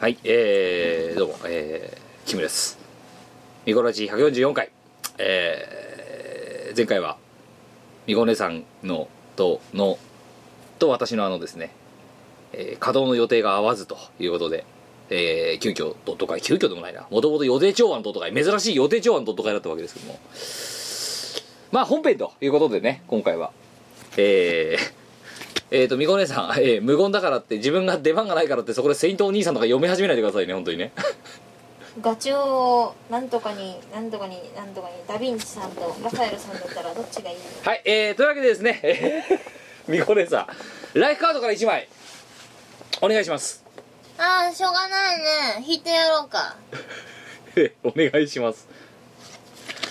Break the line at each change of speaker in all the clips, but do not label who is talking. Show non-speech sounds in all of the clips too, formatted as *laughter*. はい、えー、どうも、えー、キムです。ミコラジ144回、えー、前回は、ミコ姉さんの、と、の、と私のあのですね、えー稼働の予定が合わずということで、えー、急遽ドット会、急遽でもないな、もともと予定調和のドット会、珍しい予定調和のドット会だったわけですけども、まあ本編ということでね、今回は、えー、えー、と、みこ姉さん、 *laughs* えー無言だからって、自分が出番がないからって、そこでセイントお兄さんとか読み始めないでくださいね、本当にね。
ガチョウをなんとかになんとかになんとかにダヴィンチさんとラファエルさんだったらどっちがいい
はい、 *laughs* えー、というわけでですね、えー *laughs* みこ姉さん、ライフカードから1枚、お願いします。
ああしょうがないね引いてやろうか
えお願いします。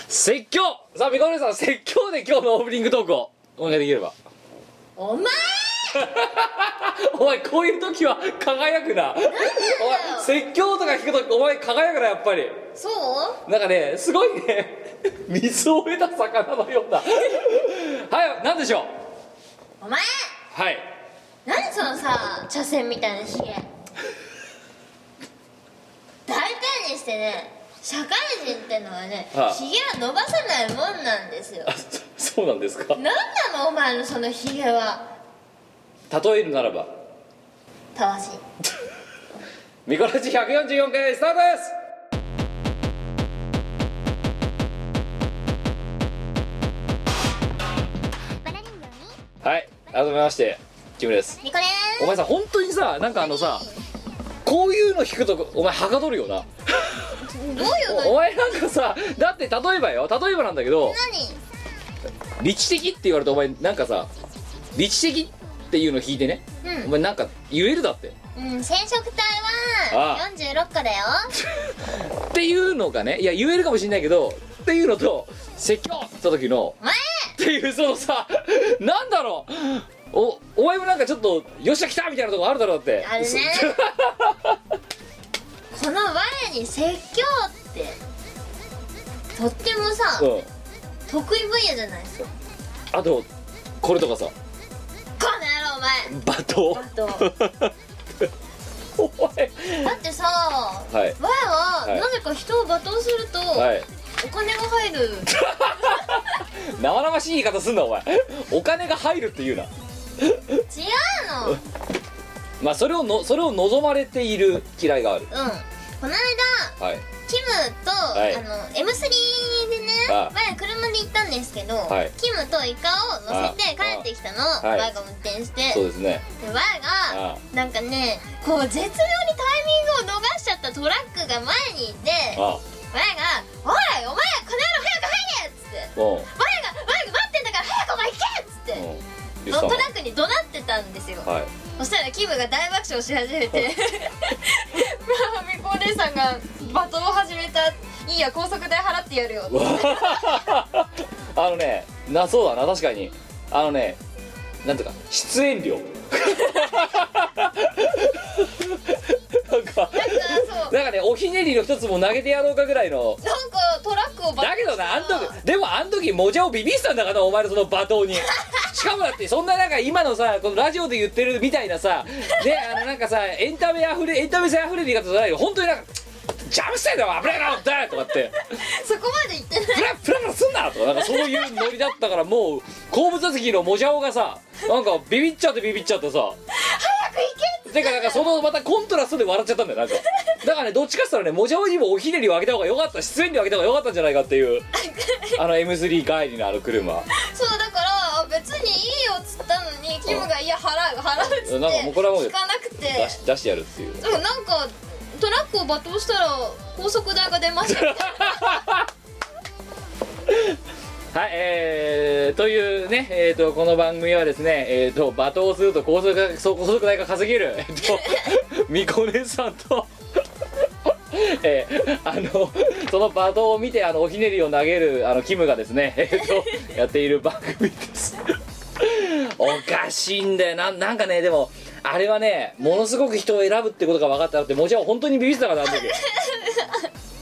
説教さあ、みこ姉さん、説教で今日のオープニングトークをお願いできれば。 *laughs*
お前
お前、こういう時は輝くな。 *laughs* お前、説教とか聞くと、お前、輝くな、やっぱり。
そう
なんかねすごいね *laughs* 水を得た魚のような *laughs* はい何でしょう
お前
はい
何そのさ茶筅みたいなヒゲ大体にしてね社会人ってのはね
はあ
ヒゲは伸ばさないもんなんですよ
あそそうなんですか
何なのお前のそのヒゲは
例えるならば
たわし
ミコラジ144回スタートですはい改めましてキムです
ニコで
お前さ本当にさなんかあのさこういうの聞くとお前はかどるよな
すどういう
おお
の
前なんかさだって例えばよ例えばなんだけど
何
理知的って言われてお前なんかさ理知的っていうの聞いてね、
うん
お前なんか言えるだって
うん、染色体
ああ
は46個だよ
っていうのがねいや言えるかもしれないけどっていうのと説教って言った時の
お前
っていうそのさなんだろうおお前もなんかちょっとよっしゃ来たみたいなとこあるだろうだって
あるねこの我に説教ってとってもさ
そうん
得意分野じゃないですか
あとこれとかさ
この
罵 *laughs* 倒
野郎お前あと
お前
だってさ
はい
我は
はい
なぜか人を罵倒すると
はい
お金が入る
生々しい言い方すんなお前お金が入るって言うな
違うの
まあそれをのそれを望まれている嫌いがある
うんこの間
はい
キムと、
い
あの M3 でね
ああ
前車で行ったんですけど、
はい
キムとイカを乗せて帰ってきたの
あはい
ワイが運転して
そうですね
でワイ
あ
がなんかねこう絶妙にタイミングを逃しちゃったトラックが前にいてワ
あ
イが「おいお前この野郎早く入れ!」っつっ
う
て
んうん
ワイが「ワイが待ってんだから早くお前行け!」っつって
言
の
って
トラックに怒鳴ってたんですよ
たのはい
そしたらキムが大爆笑し始めて
*laughs*
まあみこお姉さんが罵倒を始めたいいや高速代払ってやるよって
*laughs* あのねなそうだな確かにあのねなんていうか出演料なんか
なんかそう
なんかねおひねりの一つも投げてやろうかぐらいの
なんかトラックをバ
だけどなあん
んた
時でもあん時もじゃをビビってたんだからなお前のその罵倒にしかもだってそんななんか今のさこのラジオで言ってるみたいなさねあのなんかさエンタメあふれエンタメ性あふれる言い方じゃないよ本当になんか「ジャムしてんだよ危ないなおって!」とかって
そこまで言ってない
プラプラプラすんなとかなんかそういうノリだったからもう後部座席のもじゃおがさなんかビビっちゃってビビっちゃってさてかなんかそのまたコントラストで笑っちゃったんだよなんかだからねどっちかっつったらねもじゃおにもおひねりをあげた方が良かった出演料あげた方が良かったんじゃないかっていうあの M3 帰りのあの車
そうだからあ別にいいよっつったのにキムが「いや払う払う」っつって
なんかもうこれはもう
聞かなくて
出し出してやるっていう
でもなんかトラックを罵倒したら高速代が出
*laughs*
ましたみたいな
はいえー、というねえー、とこの番組はですねえー、と罵倒すると高速がそう高速代が稼げるえー、とみこねさんとえー、 *laughs* あのその罵倒を見てあのおひねりを投げるあのキムがですねえ *laughs* ー、とやっている番組です *laughs* おかしいんだよななんかねでもあれはねものすごく人を選ぶってことが分かったなってもちろん本当にビビってたからなあの時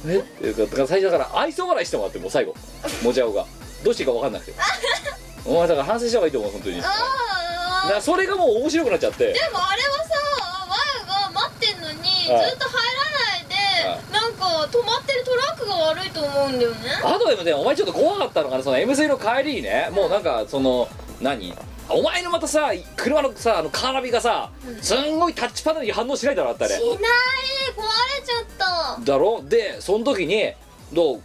えっていうかだから最初だから愛想笑いしてもらってもう最後もちゃおがどうしていいか分かんなくてお前だから反省した方がいいと思う本当にだか
ああ
らそれがもう面白くなっちゃって
でもあれはさ前が待ってんのにずっと入らないでなんか止まってるトラックが悪いと思うんだよね
あとでもねお前ちょっと怖かったのかなその M3 の帰りにねもうなんかその何お前のまたさ車のさあのカーナビがさすんごいタッチパネルに反応しないだろあった
しな
ね
い壊れちゃった
だろでその時にどう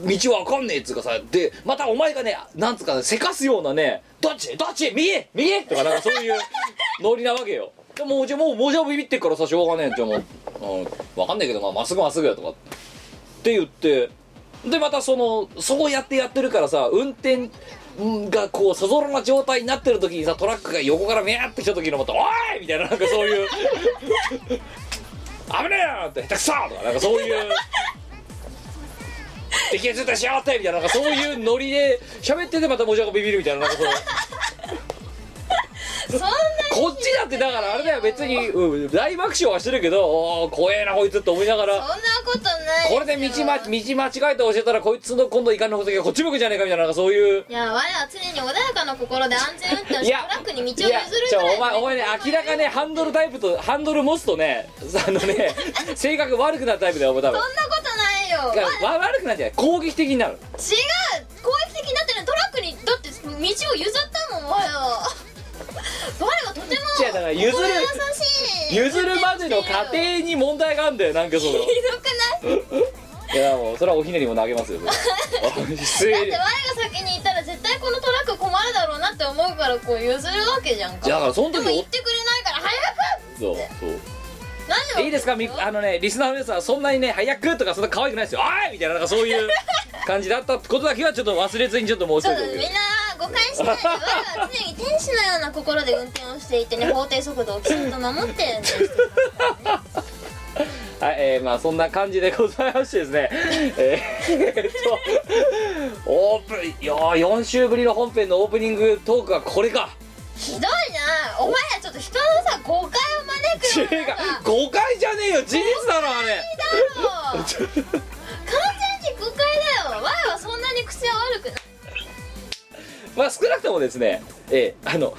道わかんねえっつうかさでまたお前がねなんつうかねせかすようなね「どっちどっち右右!」とかなんかそういうノリなわけよでもうじゃもうもうじゃビビってっからさしょうがねえってもう、うん、わかんねえけどまあまっすぐまっすぐやとかって言ってでまたそのそうやってやってるからさ運転がこうそぞろな状態になってる時にさトラックが横からミャーって来た時のまた「おい!」みたいななんかそういう危ねえよって下手くそとかなんかそういう
*laughs*
敵が絶対しやがってみたいななんかそういうノリで喋っててまたもじゃがビビるみたいななんかその
そんな
こっちだってだからあれだよ別に、うん、大爆笑はしてるけどおー怖えなこいつって思いなが
そん
ら
なことない
これで道,、ま、道
い
間違えて教えたらこいつの今度怒りの時はこっち向くじゃねえかみたいななんかそういう。
や我は常に穏やかな心で安全運転を
い
し
や
トラックに道を譲
い
る
や
ぐ
ちょ
らい
お前お前ね明らかねハンドルタイプとハンドル持つとねあのね性格悪くなるタイプだよお前多
そ
分
んなことないよ
わ悪くなるんじゃない攻撃的になる
違う攻撃的になってるトラックにだって道を譲ったもん我は我はとても
違うだから譲る
心優しい
譲るまでの過程に問題があるんだよなん *laughs* かその
ひどくな
い
い
やもうそれはおひねりも投げますよそれ失
だっ
礼
て我が先にいたら絶対このトラック困るだろうなって思うからこう譲るわけじゃんか
だからその
で
時
も言ってくれないから早く
おそうそう
何
いいですかみあのねリスナーの皆さんはそんなにね「早く」とかそんな可愛くないですよ「おい!」みたいななんかそういう感じだったことだけはちょっと忘れずにちょっと
ちょ
申
っ
し
と
上
みん
げ
な
て
誤解しないで我は常に天使のような心で運転をして
*laughs*
いてね法定速度をきちんと守って運転しています
はいえー、まあそんな感じでございましてですねえーえっとオープンいやー4週ぶりの本編のオープニングトークはこれか
ひどいなお前らちょっと人のさ誤解を
違
招
う
くようなさ
誤解じゃねえよ事実だろあれ
完全に誤解だよ前はそんなに口は悪くない
まあ少なくともですね、えーあの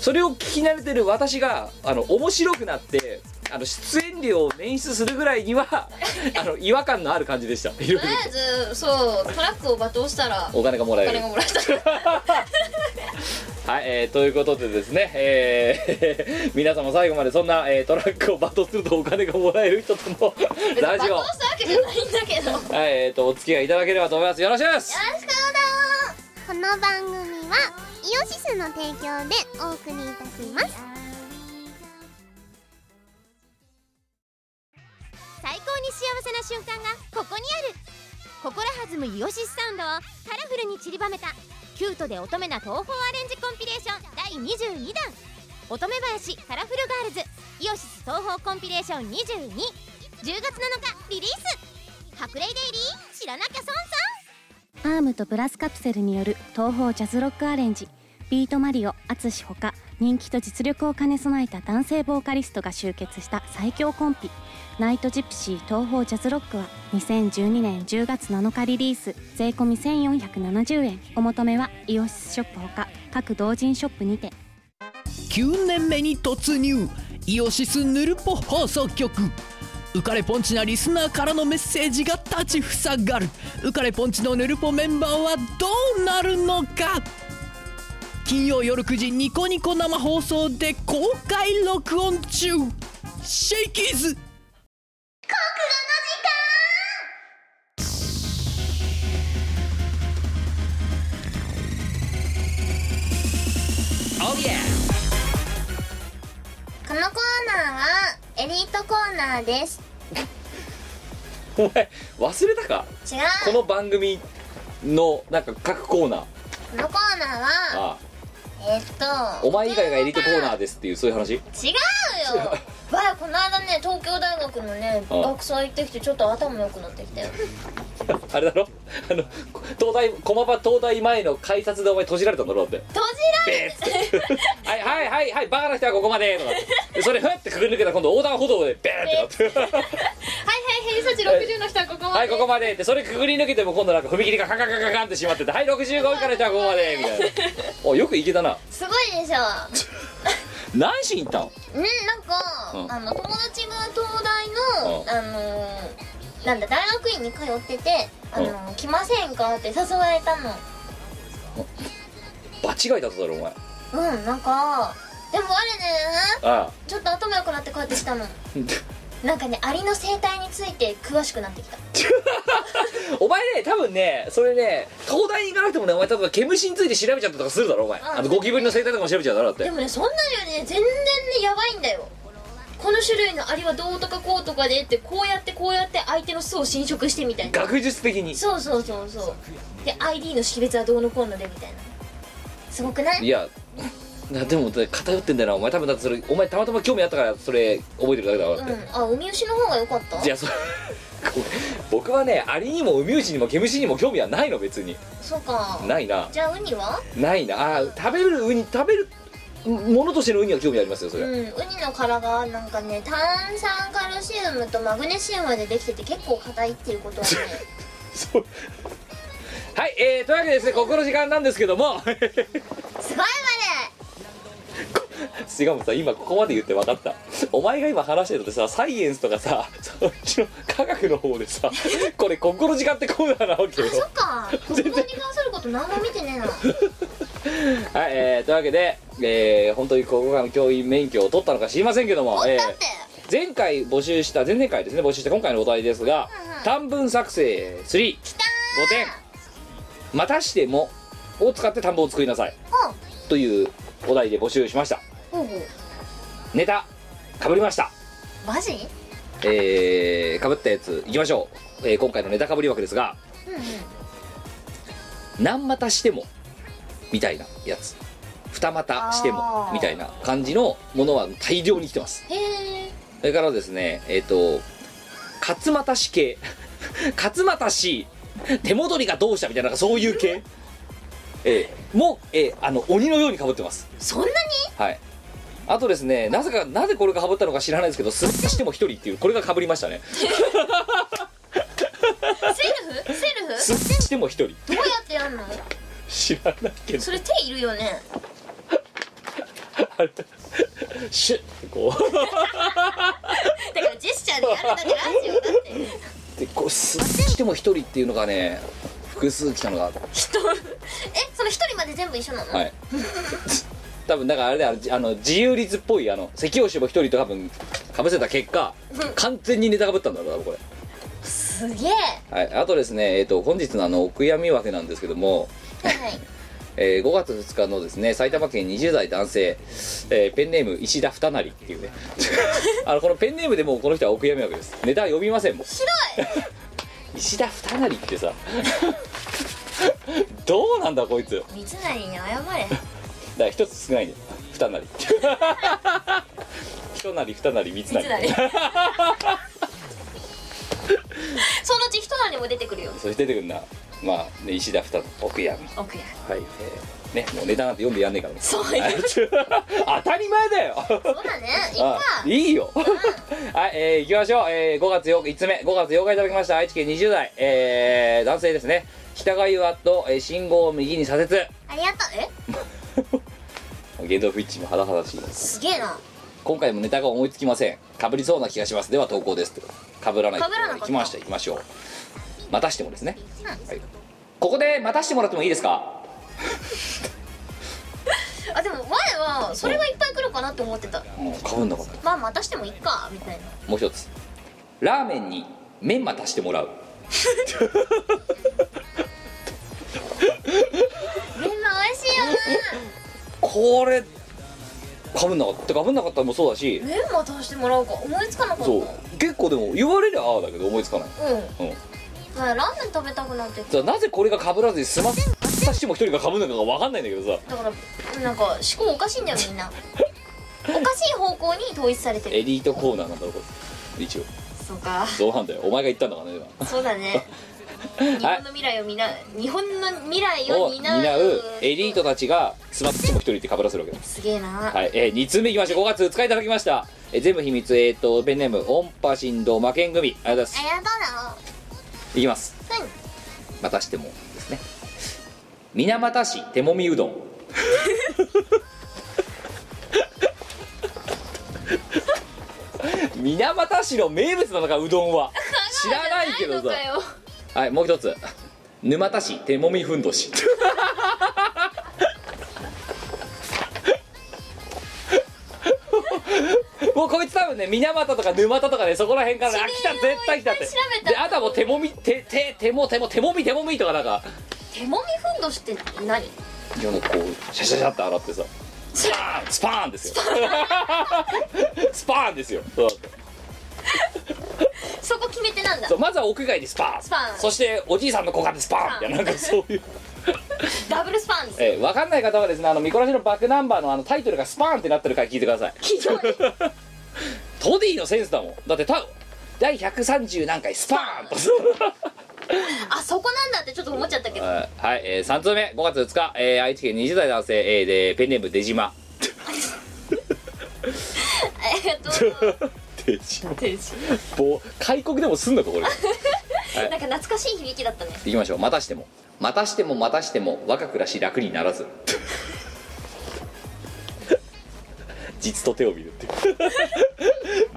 それを聞き慣れてる私があの面白くなってあの出演料を捻出するぐらいには *laughs* あの違和感のある感じでしたいろいろ
とりあえずそうトラックを罵倒したらお
お金がもらえる
金がもらえた
はい、えーということでですね、え *laughs* ー皆様最後までそんな、えートラックを罵倒するとお金がもらえる人との *laughs* ラジオ、
罵
は
倒したわけじゃないんだけどよろしく
いえー、とお付き合いいただければと思いますよろしくです
この番組はイオシスの提供でお送りいたします最高に幸せな瞬間がここにある心弾むイオシスサウンドをカラフルに散りばめたキュートで乙女な東宝アレンジコンピレーション第22弾乙女林カラフルガールズイオシス東宝コンピレーション221 0月7日リリース白麗デイリー知らなきゃ損さん
アームとブラスカプセルによる東方ジャズロックアレンジビートマリオ淳ほか人気と実力を兼ね備えた男性ボーカリストが集結した最強コンピ「ナイトジプシー東方ジャズロック」は2012年10月7日リリース税込み1470円お求めはイオシスショップほか各同人ショップにて
9年目に突入イオシスヌルポ放送局浮かれポンチなリスナーからのメッセージが立ちふさがる浮かれポンチのヌルポメンバーはどうなるのか金曜夜9時ニコニコ生放送で公開録音中シェイキーズ
このコーナーはエリートコーナーです
お前忘れたか
違
こ
う
の番組のなんか各コーナー
このコーナーは
あ
えっと
お前以外がエリートコーナーですっていうそういう話
違うよわあこの間ね東京大学のね
あ
学祭行ってきてちょっと頭良くなってきたよ
*laughs* あれだろあの東大駒場東大前の改札でお前閉じられたんだろだって *laughs*
閉じられて
はいはいはいはいバカな人はここまでとかでそれふってくぐり抜けたら今度横断歩道でベーンってなって
はいはい偏差値60の人はここまで、
はいここまででそれくぐり抜けても今度なんか踏切がカンカンカンカンカンって閉まっててはい65以下の人はここまでみたいなおよく行けたな
すごいでしょ
何しに行ったの
うんなんか、
うん
あの友達が東大
あのーなんだ大学院に通ってて「あのー来ませんか?」って誘われたの
場違いだっただろお前あ
うんなんかでも我ね
あ *laughs*
ちょっと頭良くなってこうやってしたのなんかねアリの生態について詳しくなってきた
お前ね多分ねそれね東大に行かなくてもねお前多分毛虫について調べちゃったとかするだろお前
あ
あのゴキブリの生態とかも調べちゃうだろだっ
で
て
もねそんなのよりね全然ねやばいんだよこの種類のアリはどうとかこうとかでってこうやってこうやって相手の巣を侵食してみたいな
学術的に
そうそうそうそうで ID の識別はどうのこうのでみたいなすごくない
いやなでもだ偏ってんだよなお前多分だってそれお前たまたま興味あったからそれ覚えてるだけだろだっ
う
て、
んあお見牛の方が良かった
じゃあそごめん僕はねアリにもウミウシにも毛虫にも興味はないの別に
そうか
ないな
じゃあウニは
ないなあー食べるウニ食べるものとしてのウニは興味ありますよそ
うん
れ、
ウニの殻がなんかね炭酸カルシウムとマグネシウムでできてて結構硬いっていうことはね
そうはい、えー、というわけでですねここの時間なんですけども
すごいわね
しかもさ今ここまで言って分かったお前が今話してるのってさサイエンスとかさそっちの科学の方でさこれここの時間ってこうだなわけよ
そっか国語に関すること何も見てねえな
はい、えー、というわけで、えー、本当に国家の教員免許を取ったのか知りませんけども、え
だって
ー前回募集した前々回ですね募集した今回のお題ですが、
うんうん
短文作成35点またしてもを使って田んぼを作りなさい、というお題で募集しました
ほうほう
ネタかぶりました
マジ
えー、かぶったやついきましょう、えー今回のネタかぶり枠ですが
うんうん
何股してもみたいなやつ二股しても
あー
みたいな感じのものは大量に来てます
へえ
それからですねえっ、と勝股師系 *laughs* 勝股師手戻りがどうしたみたいななんかそういう系、えーもう、えーあの鬼のようにかぶってます
そんなに
はいあとですねなぜかなぜこれがかぶったのか知らないですけどすっきしても一人っていうこれがかぶりましたね
セルフセルフ
すっきしても一人
どうやってやんの
知らないけど
それ手いるよね
あれシュッてこう
だからジェスチャーでやるだってラジオだって
でこうすしても一人っていうのがね複数来たのが
人えその一人まで全部一緒なの、
はい *laughs* 多分だからあれだよあのじあの自由率っぽいあの咳をしても一人と多分かぶせた結果完全にネタかぶったんだろうなこれ
すげえは
はいあとですねえっ、と本日のあのお悔やみ枠なんですけども
いはい
えー5月2日のですね埼玉県20代男性、えーペンネーム石田二成っていうね *laughs* あのこのペンネームでもうこの人はお悔やみわけですネタは呼びませんもんひどい石田二成ってさ *laughs* どうなんだこいつだか
三成に謝れ
ら一つ少ないんだよ二成 *laughs* 一成二成三成
三成そのうち一成も出てくるよ
そして出てくるなまあ、ね、石田二成お悔やみ
奥や
はいえーねもうネタなんて読んでやんねえからね
そういう
はい当たり前だよ
そうだねいっ
あ
か
いいよ *laughs* はい、えー、いきましょう、えー、5月8日5つ目5月8日いただきました愛知県20代、えー、男性ですね北が岩と、えー、信号を右に左折
ありがとうえ
言動不一致も肌肌しいです
すげえな
今回もネタが思いつきませんかぶりそうな気がしますでは投稿ですってかぶらない
被らなかった
いきましたいきましょうまたしてもですね、はい、ここでまたしてもらってもいいですか
あでも前はそれがいっぱい来るかなって思ってた
もうかぶんなかった
まあまたしてもいっかみたいな
もう一つラーメンにメンマ足してもらう
メンマ美味しいよ
これかぶんなかったかぶんなかったのもそうだし
なメンマ足してもらおうか思いつかなかった
そう結構でも言われりゃああだけど思いつかない、
うん
うん、だ
まあラーメン食べたくなってき
からなぜこれが被らずに済まさしても一人が被るのかが分かんないんだけどさ
ただからなんか思考おかしいんだよみんなおかしい方向に統一されてる
エリートコーナーなんだろうこれ一応
そうか
そうなんだよお前が言ったんだからね
そうだ
*laughs*
ね
今
日本の未来を担う日本の未来を
を
担う
担うエリートたちがスマッチも一人って被らせるわけです
すげえな、
はい、えー、2通目いきましょう5月2日いただきました、えー全部秘密えっ、とペンネーム音波振動魔剣組ありがとうござ
あ
いま
やだ
すいきます
な何
またしてもですね水俣市手もみうどん *laughs* 水俣市の名物なのかうどんは知らない *laughs* けどさ
かよ
はいもう一つ沼田市手もみふんど
*laughs*
しもうこいつ多分ね水俣とか沼田とかねそこら辺からねあ来た絶対来たって
いっぱい調べた
であとはもう手もみ手手手も手も手もみ手もみとかなんか
手もみふんどしって何
いやなんかこうシャシャシャって洗ってさスパーンスパーンです
*laughs*
よスパーンですよそう
そこ決めてなんだ
そうまずは屋外でスパーン
スパーン
そしておじいさんの股間でスパーンみたいななんかそういう
ダブルスパンです
えー、分かんない方はですねあの見殺しのバックナンバーのあのタイトルがスパーンってなってるから聞いてください
ひどい
トディのセンスだもんだってた第130何回スパーンと
あそこなんだってちょっと思っちゃったけ
*laughs*
ど
はいはい、えー、3通目5月2日、えー、愛知県20代男性、えーでペンネーム出島
えっと
*laughs* 出島もう開国でもすんのかこ *laughs* れ
なんか懐かしい響きだ *laughs* ったね
いきましょうまたしてもまたしてもまたしても若暮らし楽にならず *laughs* 実と手を見るっていう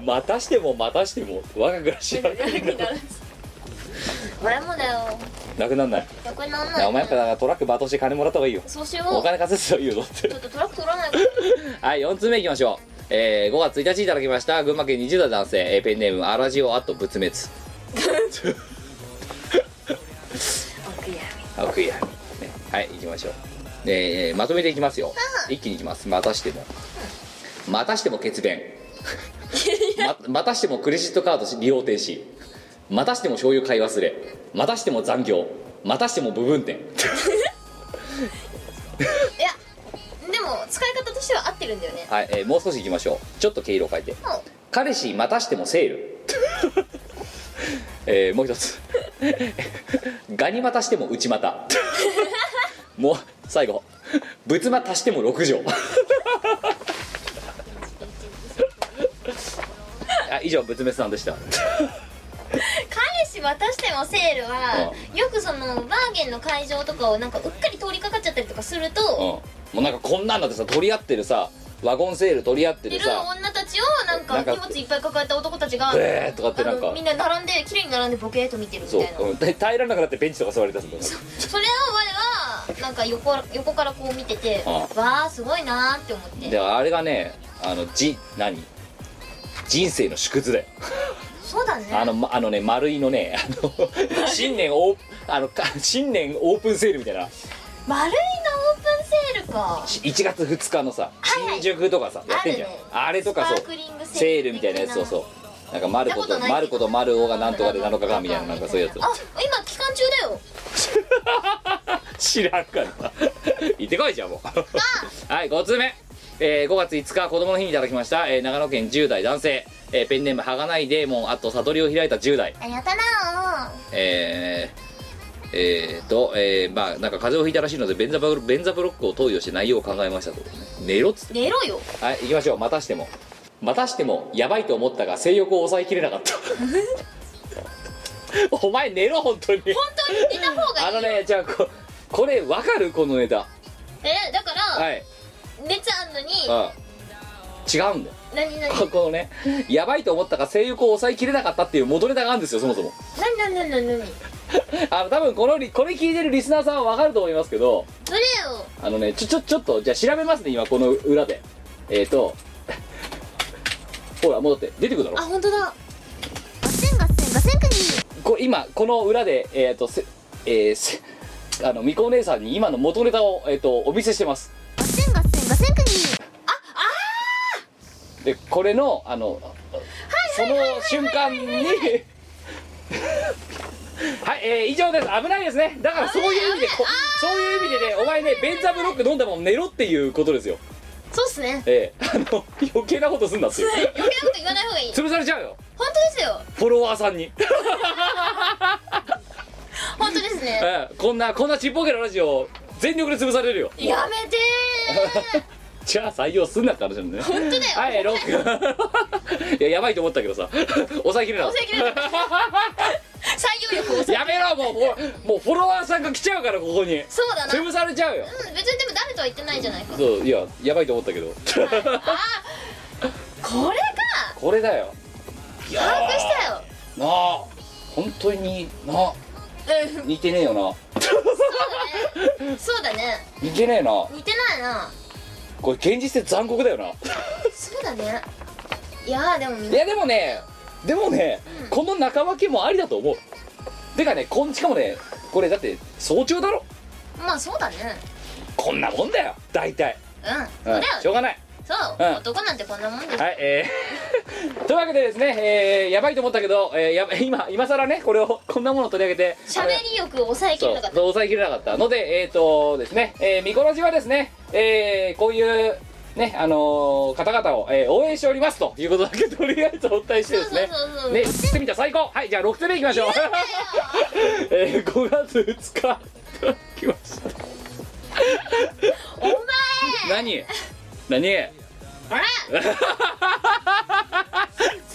*laughs* またしてもまたしても *laughs* 若暮らし楽にならず
俺もだよ
なくなんない
横になんない
お前やっぱだからトラック罵倒して金もらった方がいいよ
そうしよ
お
う
金稼すといいよだって
ちょっとトラック取らない
*laughs* はい4つ目いきましょうえー、5月1日いただきました群馬県20代男性、えーペンネームアラジオアット仏滅
奥や
あ悔やみ、ね、はい行きましょう、えー、まとめていきますよ一気にいきますまたしてもまたしても血便 *laughs* ままたしてもクレジットカード利用停止またしても醤油買い忘れまたしても残業またしても部分点
いやでも使い方としては合ってるんだよね
はい、えーもう少しいきましょうちょっと毛色を変えて彼氏またしてもセール *laughs* えーもう一つ *laughs* ガニまたしても内股 *laughs* もう最後仏間足しても6畳あ以上仏滅さんでした
彼氏渡してもセールはよくそのバーゲンの会場とかをなんかうっかり通りかかっちゃったりとかする
うん
と
もうなんかこんなんだってさ取り合ってるさワゴンセール取り合って
い
る
る
さ
女たちをなん
な
か
んか
荷物いっぱい抱えた男たちが
えーとかってなん
あ
か
のみんな並んで綺麗に並んでボケーと見てるみた
そう
いな、
うんで耐えられなくなってベンチとか座り出すんだよ
それを我はなんか横横からこう見てて
あ
わあすごいなーって思って
であれがねあのじ何人生の縮図だよ
そうだね
あのまあのね丸いのねあ
*laughs*
の新年オーあのか新年オープンセールみたいな
丸いのオープンセールか
し1月2日のさ
はいは
新
い
宿とかさやってんじゃん
あるね
あれとかそ
スパ
う
ークリングセール
セールみたいなやつそうそうなんか丸子
見た
と
ことない
丸子と丸尾がなんとかで7日間みたいななんかそういうや
あ今期間中だよ
つ知らんからな *laughs* 行ってこいじゃんもう *laughs* はい5通目えー5月5日子供の日にいただきました、えー長野県10代男性、えーペンネームはがないデーモンあと悟りを開いた10代
あやったな
えー、えーと、えー、まあなんか風邪をひいたらしいので便座ブロ便座ブロックを投与して内容を考えましたと寝ろっつっ
ー寝ろよ
てはい行きましょうまたしてもまたしてもやばいと思ったが性欲を抑えきれなかったお前寝ろ本当に
本当に寝た方がいい
あ
よ
のねじゃあここれわかるこのネタ
えだから、
はい
熱あんのに
あ違うんだよ *laughs*
何何
ここのねやばいと思ったが性欲を抑えきれなかったっていう戻りネタがあるんですよそもそも
何何何何何
あの多分このリこれ聞いてるリスナーさんはわかると思いますけど
どれよ
あのねちょちょちょっとじゃあ調べますね今この裏でえっ、ー、とほらもうだって出てくるだろ
あ本当だ
ガセンガセンガセンクニ
こ今この裏でえっ、とせえーせあのみこお姉さんに今の元ネタを、えー、とお見せしてます
ガセンガセンガセンクニ
でこれのあのその瞬間にはい、えー以上です危ないですねだからそういう意味でこそういう意味でねお前ねベンザブロック飲んだもん寝ろっていうことですよ
そうっすね
ええあの余計なことすんなっていう
余計なこと言わない方がいい
潰されちゃうよ
本当ですよ
フォロワーさんに、
本当ですね
ええこんなこんなちっぽけなラジオ全力で潰されるよ
やめて
じゃあ採用すんなって話なんだね本当
だよ
はいロック *laughs* いややばいと思ったけどさ抑えきれなかっ
抑えきれなかー採用力を抑え
たやめろもうもうもうフォロワーさんが来ちゃうからここに
そうだなうん
潰されちゃうよ
別にでも誰とは言ってないじゃないか
そういややばいと思ったけど
これか
*laughs* これだよいやー
把握したよ
なあ本当にな
うん
似てねえよな
そうだね
似てねえな
似てないな
これ現実って残酷だよな
そうだねいやーでもみん
い
な
やでもねでもね、この仲分けもありだと思うてかねこんしかもねこれだって早朝だろ
まあそうだね
こんなもんだよ大体、
うん
うん
そうだよ
しょうがない
そう、
うん
男なんてこんなもんです
はいえー *laughs* というわけでですね、えーやばいと思ったけど、えーやば *laughs* 今今更ねこれをこんなものを取り上げて
喋り欲を抑えき
そ
れ
う
なかった
抑えきれなかったのでえっ、とですね、えー、ミコラジはですね、えーこういうねあのー方々を、えー応援しておりますということだけとりあえずお伝えしてですね
そうそうそうそう
ね吸ってみた最高はいじゃあ6点目いきましょう *laughs* えー、5月2日 *laughs* 来ました
お前
何何いや
ほ
*laughs*
ら潰されてるどうす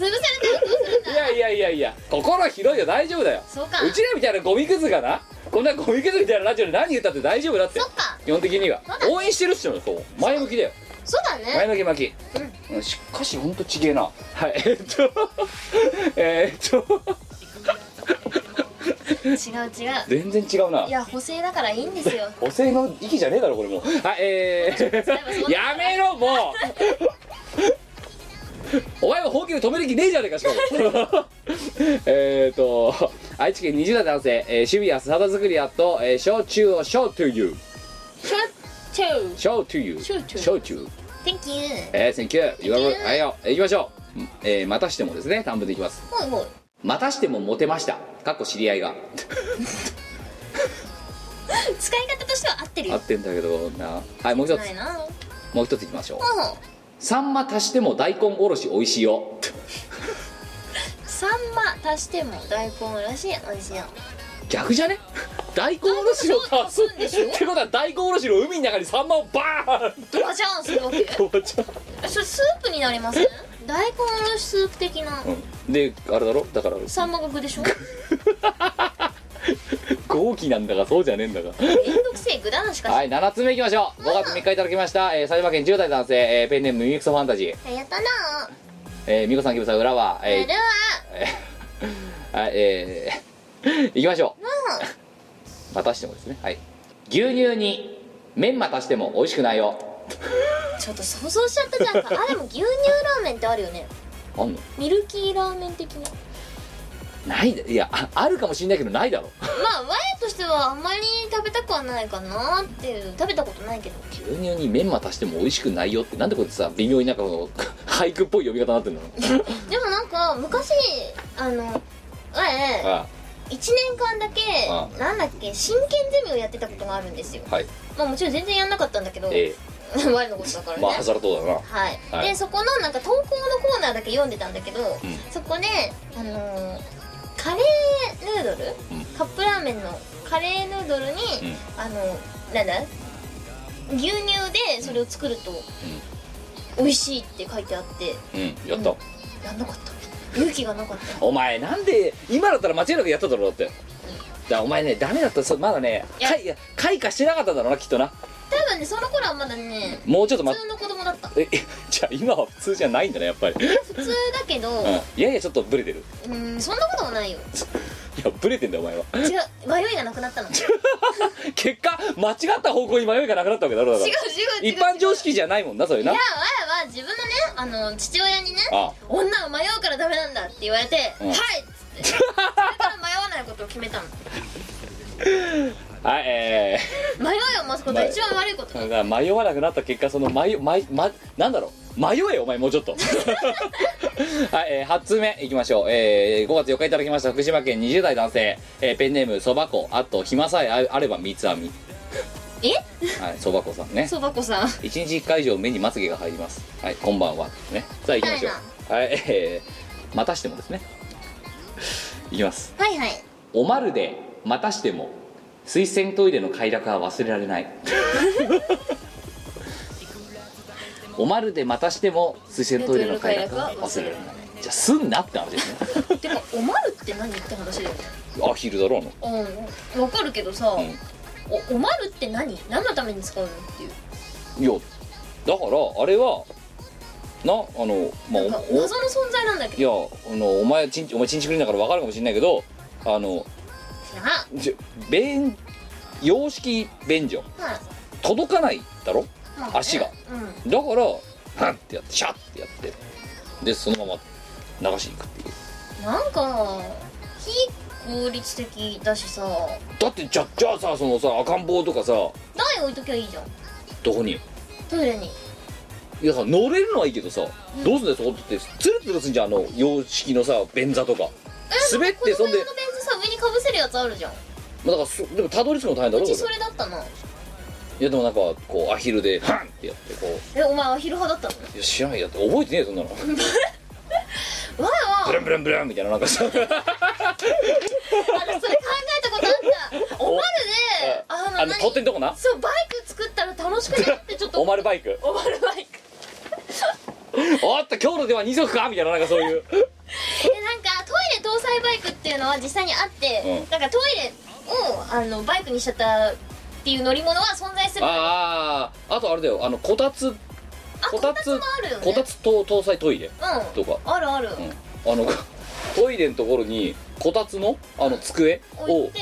るんだ
いやいやいや心広いよ大丈夫だよ
そうか
うちらみたいなゴミくずがなこんなゴミくずみたいなラジオで何言ったって大丈夫だって
そっか
基本的には
そうだね
応援してるっしょそう前向きだよ
そうだね
前の毛巻き、うん、しかしほんとちげえなはいえっとえっと
違う違
全
う
然違うない
や補正だからいいん
*laughs*
ですよ
お世話の息じゃねえだろこれもうはいえ
*laughs*
ー、やめろもうお前は本気で止める気ねえじゃねえかしかも *laughs* えっと愛知県20代男性、えー、趣味はサダ作りやと、えー、焼酎をショートゥーユー
ショチュー
ショートゥーユー
焼酎
ショートゥー
Thank you
えー、センキュー You are welcome はいよ行きましょう、えー、またしてもですね短文でいきます
ほいほい
またしてもモテましたかっこ知り合いが
使い方としては合ってる
合
よ
ってんだけどなはいもう一つ
ないなほ
もう一ついきましょう
うほう
サンマ足しても大根おろし美味しいよ
サンマ足しても大根らしい美味しいよ
逆じゃね *laughs* 大根おろしを足す
大根おろしを足すんでしょ
ってことは大根おろしの海の中にサンマをバーン
ドラジャーンする
*laughs*
わけ
と落ちちゃ
それスープになります大根おろしスープ的な
ううんであれだろだから
サンマが具
*laughs*
でしょ
豪気なんだかそうじゃねえんだか
めんどくせえ具だなしかし
はい7つ目いきましょう5月3日いただきました、えー、埼玉県10代男性、えーペンネームミクソファンタジー、
やったな
えー、美子さんキムさん裏は、
や
え
るわ
ー *laughs* はいえー、いきましょう
うん
またしてもですねはい牛乳にメンマ足しても美味しくないよ
ちょっと想像しちゃったじゃん
*laughs*
かあでも牛乳ラーメンってあるよね
あんの
ミルキーラーメン的な
ないだいやああるかもしんないけどないだろ
まあ我としてはあんまり食べたくはないかなっていう食べたことないけど
牛乳にメンマ足しても美味しくないよってなんでこれさ微妙になんかこの *laughs* 俳句っぽい呼び方にな
*laughs*
ってんの
でもなんか昔あの我
あ
1年間だ
あ
けなんだっけ真剣ゼミをやってたことがあるんですよ
あはい
まあもちろん全然やんなかったんだけど
え
*laughs* 我のことだから
え
ね、
まあそりゃそうだな
はい、
はい
でそこのなんか投稿のコーナーだけ読んでたんだけど、
ん
そこで、あのーカレーヌードル、
うん
カップラーメンのカレーヌードルに、あのなんだ牛乳でそれを作ると、美味しいって書いてあって
うんやった、
うんやんなかった勇気がなかった
お前なんで今だったら間違いなくやっただろうだってだからお前ねダメだったそまだね
いや
開いや開花してなかったんだろうなきっとな
多分ねその頃はまだね
もうちょっと
普
待っ
通の子供だ
*laughs*
った
てえじゃあ今は普通じゃないんだねやっぱり、うん、
普通だけど
いやいやちょっとブレてる
うんそんなことも
*laughs*
ないよ
いやブレてんだよお前は *laughs*
違う迷いがなくなったの違う
結果間違った方向に迷いがなくなったわけだろだから
違う違う
一般常識じゃないもんなそれ
いや
な
わやは自分のねあの父親にね
あ
女は迷うからダメなんだって言われて、
うん
はいっつってそれから迷わないことを決め
*laughs*
たの
はいえ
迷いを持つことは一番悪いことだ
ー、だから迷わなくなった結果その迷迷、ま、なんだろう迷えよお前もうちょっと *laughs* はい、えー、8つ目いきましょう、えー、5月4日いただきました福島県20代男性、えーペンネームそば粉あと暇さえああれば三つ編み
え
はいそば粉さんね
そばこさん
一日一回以上目にまつげが入りますはいこんばんはねさあ行きましょうはいえー、またしてもですねいきます
はいはい
おまるでまたしても水洗トイレの快楽は忘れられ
*laughs*
ないおまるでまたしても水洗トイレの快楽は忘れられないじゃあすんなって話ですね
てかおまるって何って話だよね
アヒルだろうの
うんわかるけどさ、
ん
おおまるって何何のために使うのっていう
いやだからあれはなあのまあ
なんか
お
謎の存在なんだ
い
け
やあのお前ちんちお前ちんちくりんだから分かるかもしれないけどあの
どな
じゃ便洋式便所
まあ
届かないだろ
まあね
足が
うん
だからハンってやってシャッってやってでそのまま流しに行くっていう
なんか非効率的だしさ
だってじゃじゃあさそのさ赤ん坊とかさど
台置いときゃいいじゃん
こに
トイレに
いやさ乗れるのはいいけどさ、どうすんだよそこってつるつるすんじゃんあの洋式のさ便座とか滑ってそんで、
子供用のベンツさ上にかぶせるやつあるじゃん
まあ、だからそでもたどり着くの大変だ
う
ろ
ち
そ
そ
れ
れだったな
いやでもなんかこうアヒルでハンってやってこう
えお前は昼派だったの
いや知らんやって覚えてねえよそんなの
わあ
ブランブランブランみたいななんか
*laughs*
さ
あのそれ考えたこと
*laughs*
あったおまるであの
あの取っ手ん
何
とこな
そうバイク作ったら楽しくなってちょっと
おまるバイク
おまるバイク
おっと今日のでは2足かみたいななんかそういう
えなんかトイレ搭載バイクっていうのは実際にあって、
うん
なんかトイレをあのバイクにしちゃったっていう乗り物は存在するあ
あああとあれだよあのこたつ
こたつもあるよね
こたつと搭載トイレ
う
とか、
んあるある、
うん、あの *laughs* トイレのところにこたつのあの机
置
を
いて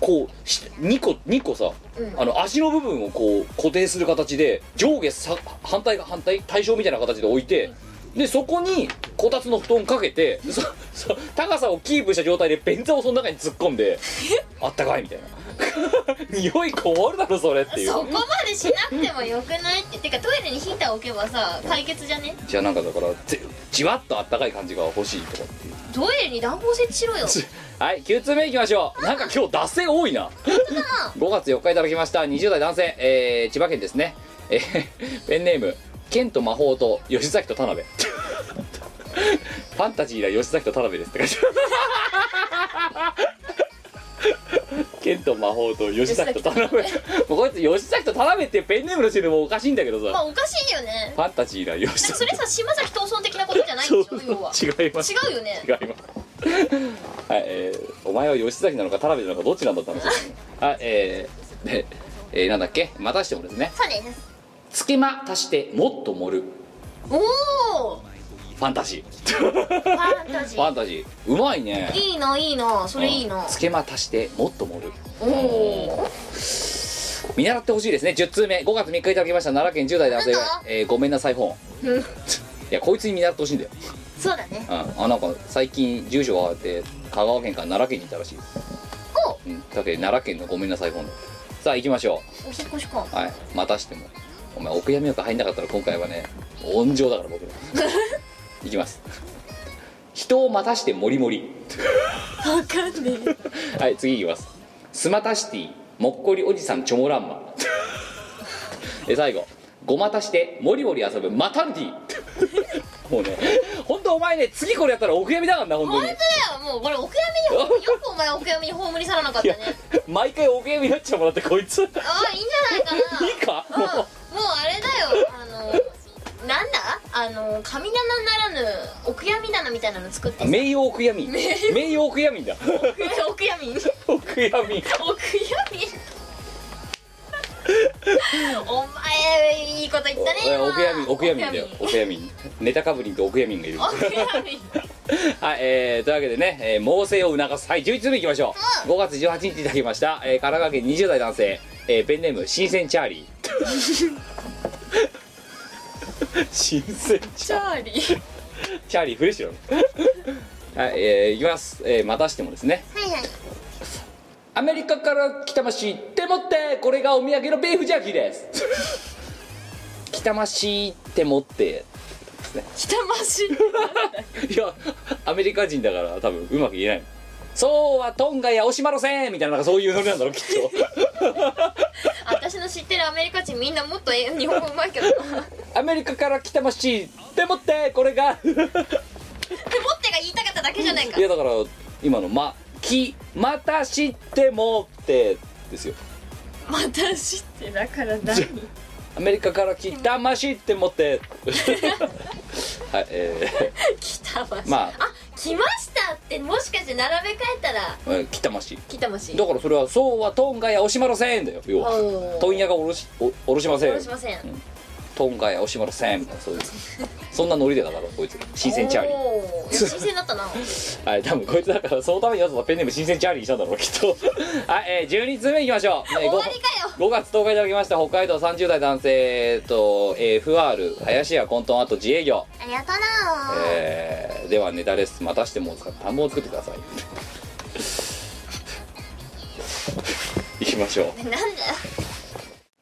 こうし2個2個さ、
うん
あの足の部分をこう固定する形で上下さ反対が反対対称みたいな形で置いて、でそこにこたつの布団かけてそそ高さをキープした状態で便座をその中に突っ込んであったかいみたいな *laughs* 匂いこもるだろそれっていう
そこまでしなくてもよくないっててかトイレにヒーター置けばさ解決じゃね
じゃあなんかだからぜじわっとあったかい感じが欲しいとかっていう
トイレに暖房設置しろよ
はい9通目いきましょうなんか今日脱線多いな5月4日いただきました20代男性、えー千葉県ですねえーペンネーム剣と魔法と吉崎と田辺ファンタジーな吉崎と田辺ですって書いてある剣と魔法と吉崎と田辺もうこいつ吉崎と田辺っていうペンネームのせいでもうおかしいんだけどさ、
まあおかしいよね
ファンタジーな吉
な
崎
んかそれさ島崎闘争的なことじゃないでし
そう
ょ要は
違います
違うよね
違いますはいえーお前は吉崎なのか田辺なのかどっちなんだったんですかはいえーでえーなんだっけまたしてもですね
そうです
「つけま足してもっと盛る
おおフ」
ファンタジーフ
ァンタジ
ァ
ー
ンタジーうまいね
いいないいなそれいいな
うんつけま足してもっと盛る
おお
見習ってほしいですね10通目5月3日いただきました奈良県10代男性
なんだ、
えーごめんなさい本
うん
いやこいつに見習ってほしいんだよ、
そうだね
うん、あなんか最近住所が変わって香川県から奈良県に行ったらしい
お
うん、だけど奈良県のごめんなさい本ださあ行きましょ
お引っ越しか
うはいまたしてもお前お悔やみなんか入んなかったら今回はね温情だから僕ら
*laughs*
行きます人を待たしてモリモリ
わかんねえ
はい次行きますスマタシティもっこりおじさんチョモランマで最後ごまたしてモリモリ遊ぶマタルティもうね本当お前ね次これやったらお悔やみだからな本当に
だよもうこれお悔
*laughs*
やみによくお前お悔やみに葬り去らなかった
いや
ね
毎回お悔やみになっちゃうもらってこいついい
ああいいんじ
*laughs*
ゃないか
か
なうんもう
もう
あれだよあのなんだあの神棚ならぬお悔やみ棚みたいなの作ってさ
名誉お悔やみ名誉お悔やみだ
お悔やみお悔
お悔やみ
や
*laughs*
みお前いいこと言ったね今
お悔やみお悔やみだよお悔やみネタかぶりにとお悔やみがいる
お悔やみ
はい、えー、というわけでね、えー、猛省を促すはい11つ目いきましょう、5月18日いただきました、えー、神奈川県20代男性、えー、ペンネーム新鮮チャーリー新鮮チ
チ
ャ
ャーリー
チャーリーフレッシュなのはい、えー、いきます、えー、またしてもですね
はいはい
アメリカから来たましでもってこれがお土産のビーフジャーキーです来たましって持って
北まし
*laughs* いやアメリカ人だから多分うまく言えないそうはトンガやオシマロせんみたいななんかそういうノリなんだろうきっ
私の知ってるアメリカ人みんなもっとえ日本語うまいけどなでもっ
と *laughs* アメリカから来たましでもってこれ *laughs* が
てが言いたかっただけじゃないか
いやだから今の「ま」「き」「またしてもって」ですよ
また知ってだから *laughs* 何
アメリカから来たましってもって *laughs* はいえー
北まし
まあ
あ来ましたってもしかして並べ替えたら
うん北町
北まし
だからそれはそうはトンガやおしまろせんだよ要は
おー
問屋がおろしおおろしません
殺しません
トンガやおしまろせんみたいなそういうそんなノリでだからこいつ新鮮チャーリー
おー新鮮だったな
はい多分こいつだからそのためにわざわざペンネーム新鮮チャーリーにしたんだろうきっと *laughs* はい、えー、12通目いきま
*laughs*
しょう、
終
ね、
わりかよ
5月10日いただきました北海道30代男性えーと、えー、FR 林家混沌あと自営業
ありがとうな
えーではネタレッスンまたしても使って田んぼを作ってください *laughs* 行きましょう
なんだよ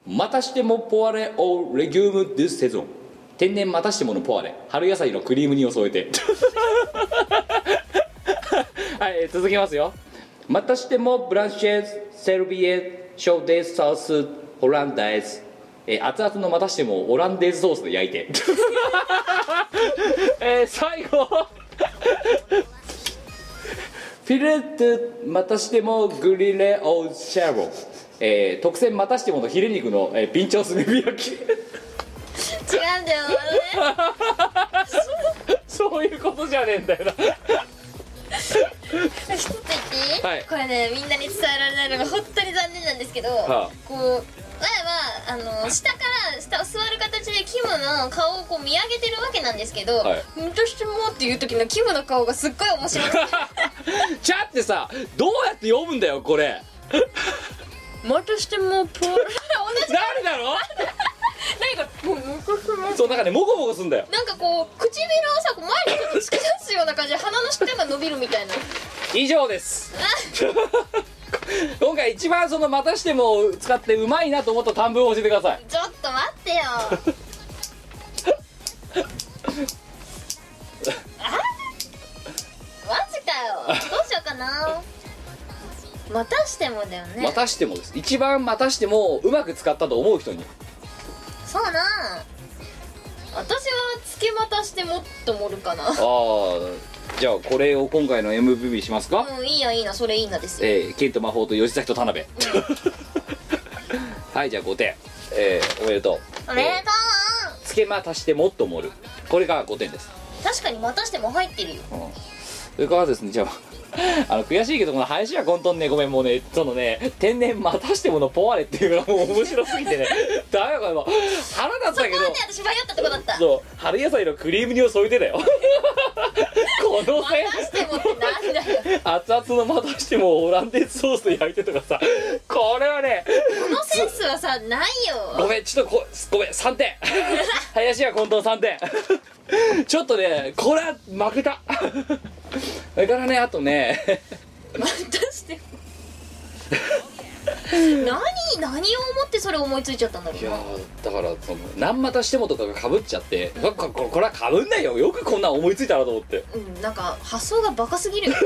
またしてもポワレオレギュームディスセゾン天然またしてものポワレ春野菜のクリーム煮を添えて *laughs* はいえー続きますよまたしてもブランシェスセルビエショーデースソースホランダーズえー熱々のまたしてもオランデーズソースで焼いて *laughs* えー最後フィレットまたしてもグリレオシャロ、えー特選またしてものヒレ肉の、えー、ピンチョ炭火焼き
違うんだよあのね *laughs*
そういうことじゃねえんだよ *laughs* な
一つ言っていい、
はい
これねみんなに伝えられないのが本当に残念なんですけど、
はあ
こう前はあの下から下座る形でキムの顔をこう見上げてるわけなんですけど「
はい
うんどうしても」っていう時のキムの顔がすっごい面
*laughs*
白くて
チャってさどうやって読むんだよこれ
またしてもポール同じ
誰だろ
何かもうまたしても
そうなんかねモコモコすんだよ
なんかこう唇をさこう前にちょっと突き出すような感じで鼻の下が伸びるみたいな
以上です *laughs* 今回一番そのまたしても使ってうまいなと思った短文を教えてください
ちょっと待ってよあマジかよどうしようかなまたしてもだよね、
またしてもです一番またしてもうまく使ったと思う人に
そうな私はつけまたしてもっと盛るかな
ああじゃあこれを今回の MVP しますか、
うんいいないいなそれいいなですよ
えー、ケント魔法と吉崎と田 *laughs* 辺はいじゃあ5点えー、おめでとう
おめで
え
と
ーつけま足してもっと盛るこれが5点です、
う確かにまたしても入ってるよ
うん、それからですねじゃああ *laughs* の悔しいけどこの林家混沌ねごめんもうねそのね天然またしてものポワレっていうのがもう面白すぎてね *laughs* ダメだこれもう腹立ったけど
なんで私迷ったとこだったま
そう春野菜のクリーム煮を添えてだよ *laughs* このせ
たしてもってなんだよ
熱々のまたしてもオランデーズソースで焼いてとかさこれはね
このセンスはさないよ
ごめんちょっとこごめん3点 *laughs* 林家近藤3点 *laughs* ちょっとねこれは負けた *laughs* それからねあとね *laughs*
またしても何何を思ってそれ思いついちゃったんだろ
いうや
な
ーだからその何またしてもとかがかぶっちゃってうわこここれはかぶんないよよくこんなん思いついたなと思って
うんなんか発想がバカすぎるよね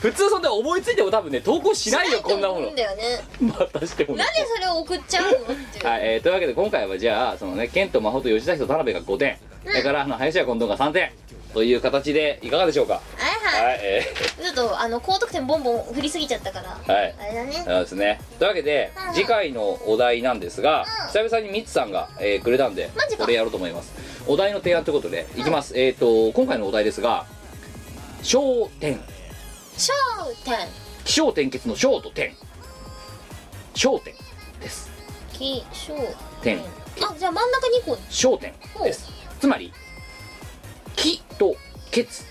普通そんな思いついても多分ね投稿し *laughs* ないよこんなも
と思
の *laughs*
うんだよね
またしてもね
なんでそれを送っちゃうのっていう、
はい、えーというわけで今回はじゃあそのねケント真帆と吉崎と田辺が5点、それからあの林家近藤が3点という形でいかがでしょうか
はいは
はいえ
いちょっとあの高得点ボンボン振りすぎちゃったから
ーはい
あれだね
そうですねというわけで
うん
次回のお題なんですが久々にミツさんが、えーくれたんで
マジか
これやろうと思いますお題の提案ということでいきますえっ、と今回のお題ですが「焦点
「焦点
気象点結の焦と点」「焦点」です
起承
点
転あじゃあ真ん中2個
「焦点」ですつまり「気」と「結」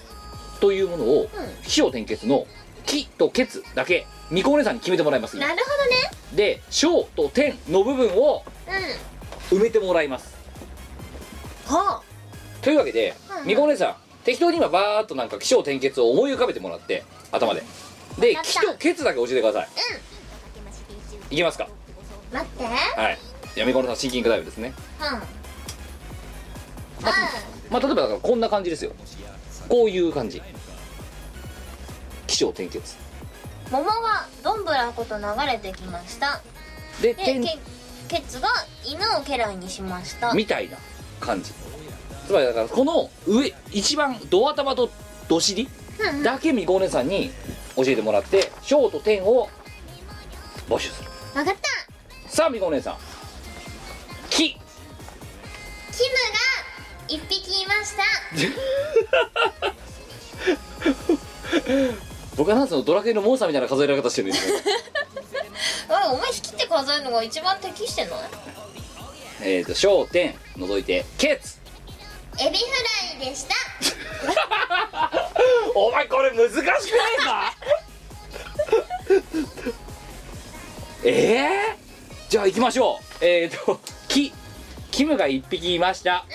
というものを
う
気象点結の「気」と「結」だけみこお姉さんに決めてもらいます
なるほ
で「焦」と「点」の部分を
どね
埋めてもらいます
うんは
というわけで、
うんうん
みこお姉さん適当に今バーっとなんか気象転結を思い浮かべてもらって頭でで
わかっ
気
た
とケツだけ教えてくださいいきますか
あ待ってうん
はいじゃあみこお姉さんシンキングダイブですね
あ
まあ例えばだからこんな感じですよこういう感じ気象転結
桃がどんぶらこと流れてきました
で
で
点
けケツが犬を家来にしました
みたいな感じつまりだからこの上一番ド頭とど尻
うんうん
だけみこお姉さんに教えてもらって小と点を募集する
わかった
さあみこお姉さん「き」
キムが一匹いま *laughs* した
僕はなんかそのドラクエのモンスターみたいな数えられ方してるんですよ、 *laughs*
おいお前引きって数えるのが一番適してない
えっと焦点除いてケツ
うんエビフライでした
お前これ難しくねえかええじゃあ行きましょうえっ、ー、と「キ」「キムが1匹いました」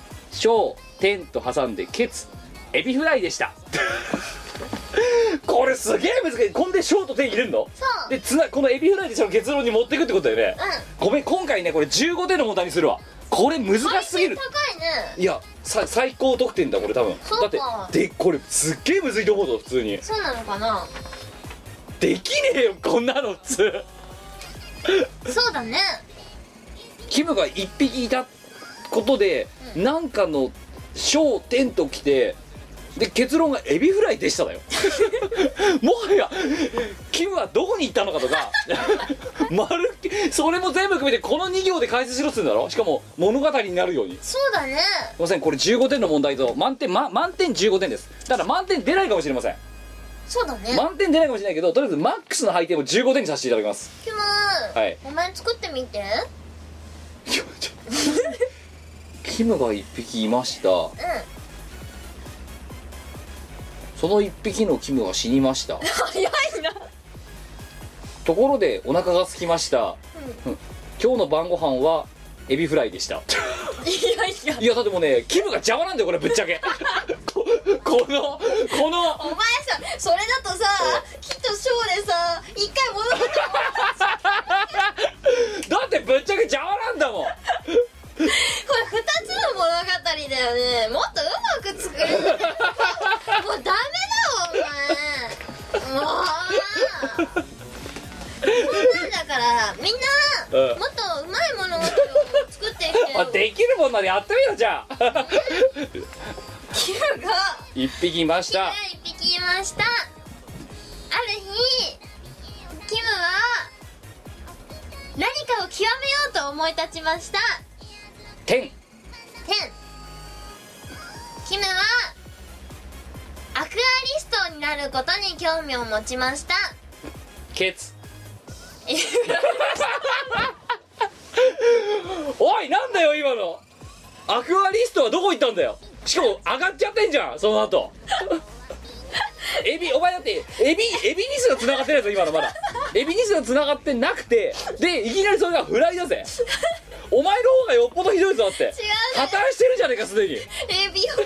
「小」「天」と挟んで「ケツ」「エビフライでした」これすげえ難しいこんで「小」と「天」入れるの
そう
でつなこのエビフライでその結論に持っていくってことだよね、ごめん今回ねこれ15点の問題にするわこれ
*laughs*
難しすぎる
高いね
いやさ最高得点だこれ多分
そうか
だってでこれすっげえむずいと思うぞ普通に
そうなのかな
できねえよこんなの普通
そうだね
キムが1匹いたことで、なんかの「小点」ときてで結論が「エビフライでした」だ
*laughs*
よもはやキムはどこに行ったのかと
*laughs*
かまるっきそれも全部含めてこの2行で解説しろっつうんだろしかも物語になるように
そうだね
すいませんこれ15点の問題と満点、ま、満点15点ですただ満点出ないかもしれません
そうだね
満点出ないかもしれないけどとりあえずマックスの配点を15点にさせていただき *laughs* ます
キム、
はい
お前作ってみて
キムが1匹いました
う
その1匹のキムが死にました
*laughs*
早いな
ところでお腹が空きました、うん今日の晩ご飯はエビフライでした
いやいや
いやだってもうねキムが邪魔なんだよこれぶっちゃけ *laughs* ここのこの
お前さそれだとさきっとショーでさ一回戻って
だってぶっちゃけ邪魔なんだもん
これ二つの物語だよねもっとうまく作れるもうダメだお前もう
んそうだからみんな、
うん
もっとうまい物語を作ってきて
あ
よ
できるもんならやってみろじゃあ *laughs*
キムが
1匹いまし
キムが
た
一匹いましたある日キムは何かを極めようと思い立ちました
天
天キムはアクアリストになることに興味を持ちました
ケツおいなんだよ今のアクアリストはどこ行ったんだよしかも上がっちゃってんじゃんその後エビお前だってエビエビニスが繋がってないぞ今のまだエビニスが繋がってなくてでいきなりそれがフライだぜお前の方がよっぽどひどいぞだって破綻してるじゃねえかすでに
エビを買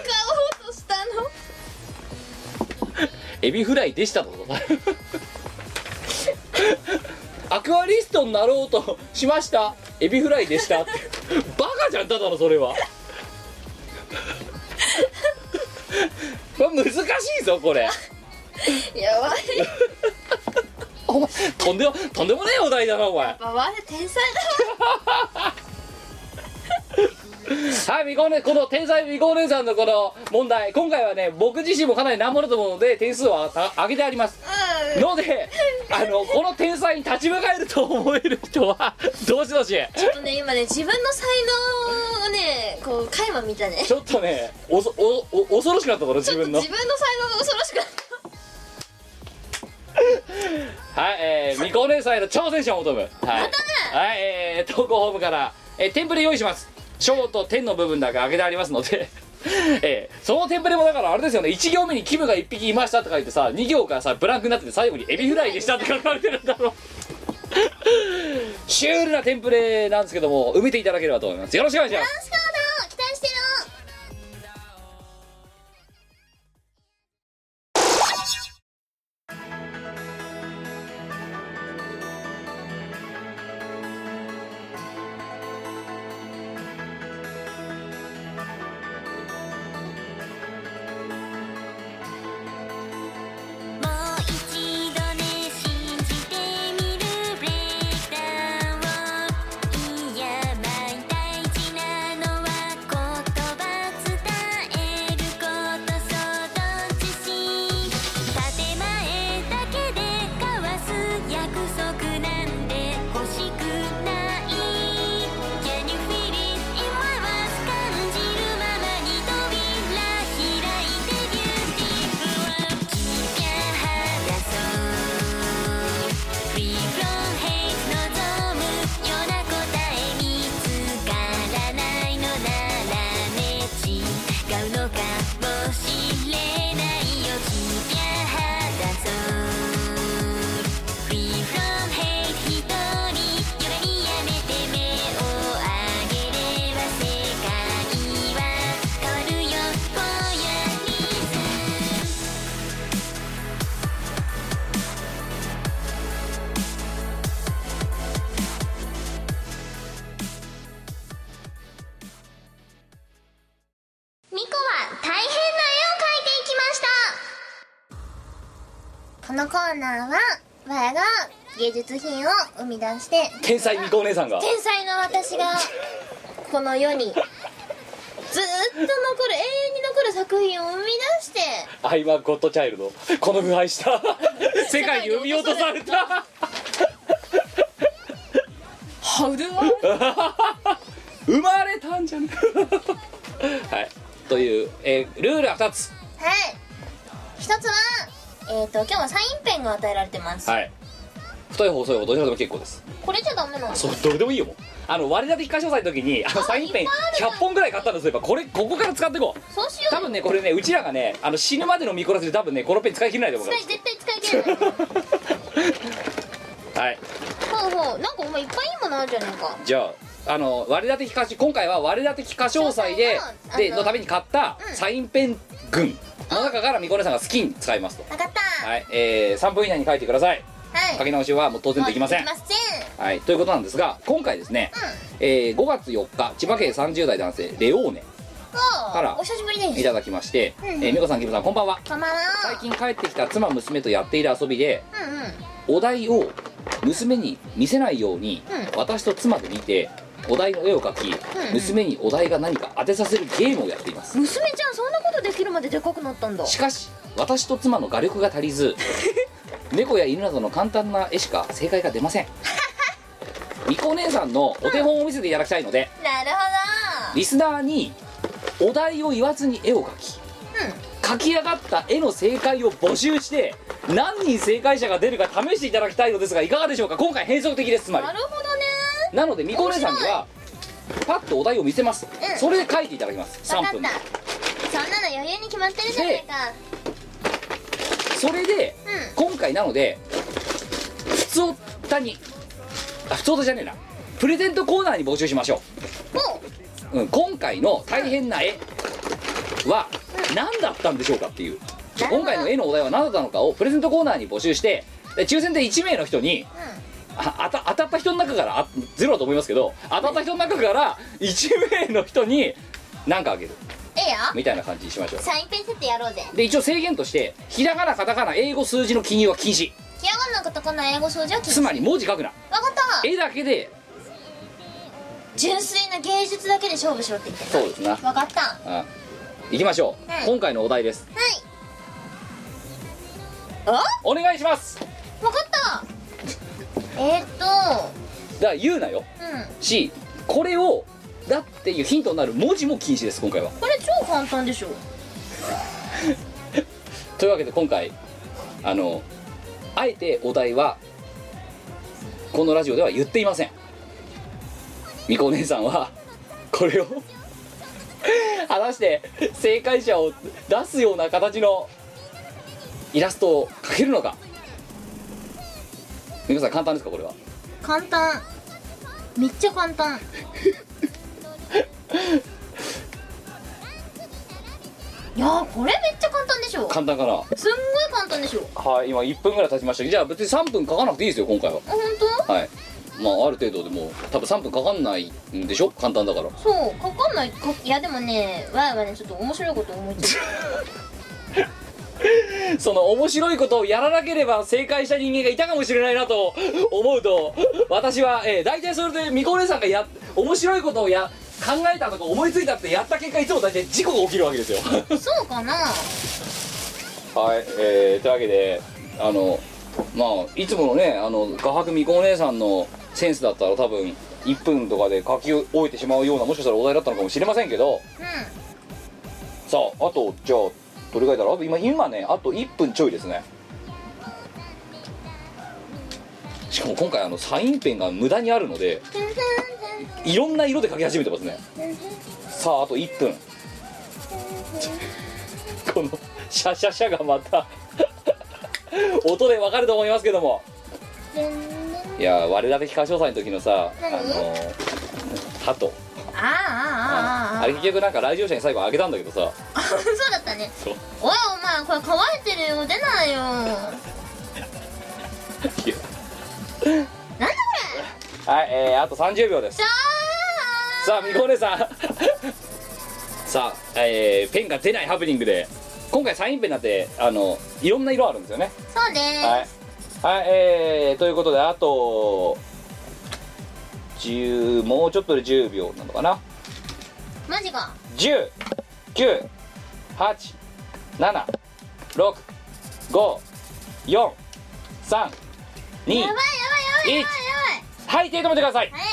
おうとした *laughs* の
エビフライでしたとアクアリストになろうとしましたエビフライでしたってバカじゃんただのそれはこれ難しいぞこれ
やばいやっ
お前とんでもとんでもねえお題だなお前
ぱ我天才
はいみこねこの天才みこお姉さんのこの問題今回はね僕自身もかなり難問だと思うので点数はあ上げてあります
だうん
のであのこの天才に立ち向かえると思える人はどしどし
ちょっとね今ね自分の才能をねこう垣間見たね
ちょっとねおそおお恐ろしくなっただろ自
ちょっと
分の
自分の才能が恐ろしくな
*laughs*
った
はいえー、未婚連載の挑戦者を求むはい、はい、えー、投稿ホームから、えー、テンプレ用意します小と天の部分だけ開けてありますので *laughs* えー、そのテンプレもだからあれですよね1行目にキムが1匹いましたって書いてさ2行からさブランクになってて最後にエビフライでしたって書かれてるんだろう *laughs* シュールなテンプレなんですけども埋めていただければと思いますよろしくお願いします
スカード期待してる
もう一度ね信じてみるブレイクダウンいやまあ大事なのは
このコーナーは我が芸術品を生み出して
天才みこお姉さんが
天才の私がこの世にずーっと残る永遠に残る作品を生み出して
アイマーゴッドチャイルドこの腐敗した *laughs* 世界に産み落とされた
ハウドゥワ
生まれたんじゃねはいという、えールールは2つ
はい一つはえっ、と今日はサインペンが与えられてます、
はい太い方細い方どちらでも結構です
これじゃダメなの
そうどれでもいいよもうあの割り当て一箇所祭の時にあのサインペン100本ぐらい買ったんですよこれここから使っていこう
そうしよう
多分ねこれねうちらがねあの死ぬまでの見こらせで多分ねこのペン使い切れないと思う
使い絶対使い切れない
はい
ほうほうなんかお前いっぱいいいものあるじゃねえか
じゃああの割り当て非可視今回は割り当て非可詳細で
詳細の
で
あの
のために買った
うん
サインペン群の中からみこねさんが好きに使いますと
分かった
はいえー、3分以内に書いてください
はい
書き直しはもう当然できません
もうできません
はいということなんですが今回ですね、えー5月4日千葉県30代男性レオーネ
お
あら
お久しぶりで
い
す
ただきまして、
うん
えー美子さんキムさんこんばんは
こんばんは
最近帰ってきた妻娘とやっている遊びで
うんうん
お題を娘に見せないように、
う
私と妻で見てお題の絵を描き、
ん
娘にお題が何か当てさせるゲームをやっています
娘ちゃんそんなことできるまででかくなったんだ
しかし私と妻の画力が足り
*laughs*
ず猫や犬などの簡単な絵しか正解が出ませんみこお姉さんのお手本を見せていただきたいので、
なるほ
リスナーにお題を言わずに絵を描き、描き上がった絵の正解を募集して何人正解者が出るか試していただきたいのですがいかがでしょうか今回変則的ですつま
どな
り
るほどね
なのでみこお姉さんにはパッとお題を見せます、
うん
それで書いていただきます
分か
3
ったそん
分
な
で
の余裕に決まってるじゃないか
それで、
うん
今回なので普通おたにあ普通おたじゃねえなプレゼントコーナーに募集しましょ
も
う、うん、今回の大変な絵は何だったんでしょうかっていう
なるほど
今回の絵のお題は何だったのかをプレゼントコーナーに募集してで抽選で1名の人に
う、うん
あ当た当たった人の中からあゼロだと思いますけど当たった人の中から1名の人に何かあげる
ええよ
みたいな感じにしましょ
サインペンセットやろうぜ
うで一応制限としてひらがなカタカナ英語数字の記入は禁止
ひらがなカタカナ英語掃除は
つまり文字書くな
分かった
絵だけで
純粋な芸術だけで勝負しろって言って
そうですな
分かったは
あ行きましょう、
はい
今回のお題です
いあ
お願いしますだか
分か *laughs* ったえー、っと
ら言うなよ
うん
しこれをだっていうヒントになる文字も禁止です今回は
これ超簡単でしょ
というわけで今回あのあえてお題はこのラジオでは言っていませんみこお姉さんはこれを果たして正解者を出すような形のイラストを描けるのかみこさん簡単ですかこれは
簡単めっちゃ簡単いやーこれめっちゃ簡単でしょ
簡単かな
すんごい簡単でしょ
はい今1分ぐらい経ちましたけどじゃあ別に3分書かなくていいですよ今回は
あ本当？
はいまあある程度でも多分3分かかんないんでしょ簡単だから
そうかかんないかいやでもねわいはねちょっと面白いこと思いつい
*laughs* その面白いことをやらなければ正解した人間がいたかもしれないなと思うと私は、えー、大体それでみこお姉さんがや面白いことをや考えたとか思いついたってやった結果いつも大体事故が起きるわけですよ
たそうかな
はい、えー、というわけであのまあいつものねあの画伯みこお姉さんのセンスだったら多分1分とかで書き終えてしまうようなもしかしたらお題だったのかもしれませんけど
う
さああとじゃあどれぐらいだろうあと今今ねあと1分ちょいですねしかも今回あのサインペンが無駄にあるのでいろんな色で描き始めてますねさああと1分このシャシャシャがまた音でわかると思いますけどもいや我々非歌唱祭の時のさあ
何
の鳩
んああああああ
あれ結局なんか来場者に最後あげたんだけどさ
そうだったね
そう
おいお前これ乾いてるよ出ないよ
いや
なんだこれ
はい、えー、あと30秒です
じゃ
*laughs* さあみこお姉さんさあ、えーペンが出ないハプニングで今回サインペンだってあのいろんな色あるんですよね
そうです、
はい、はいえー、ということであと10もうちょっとで10秒なのかな
マジか
1 0 9 8 7 6 5 4 3 2
やばいやばいやばいやばいや
はい手止めてください
ばいはい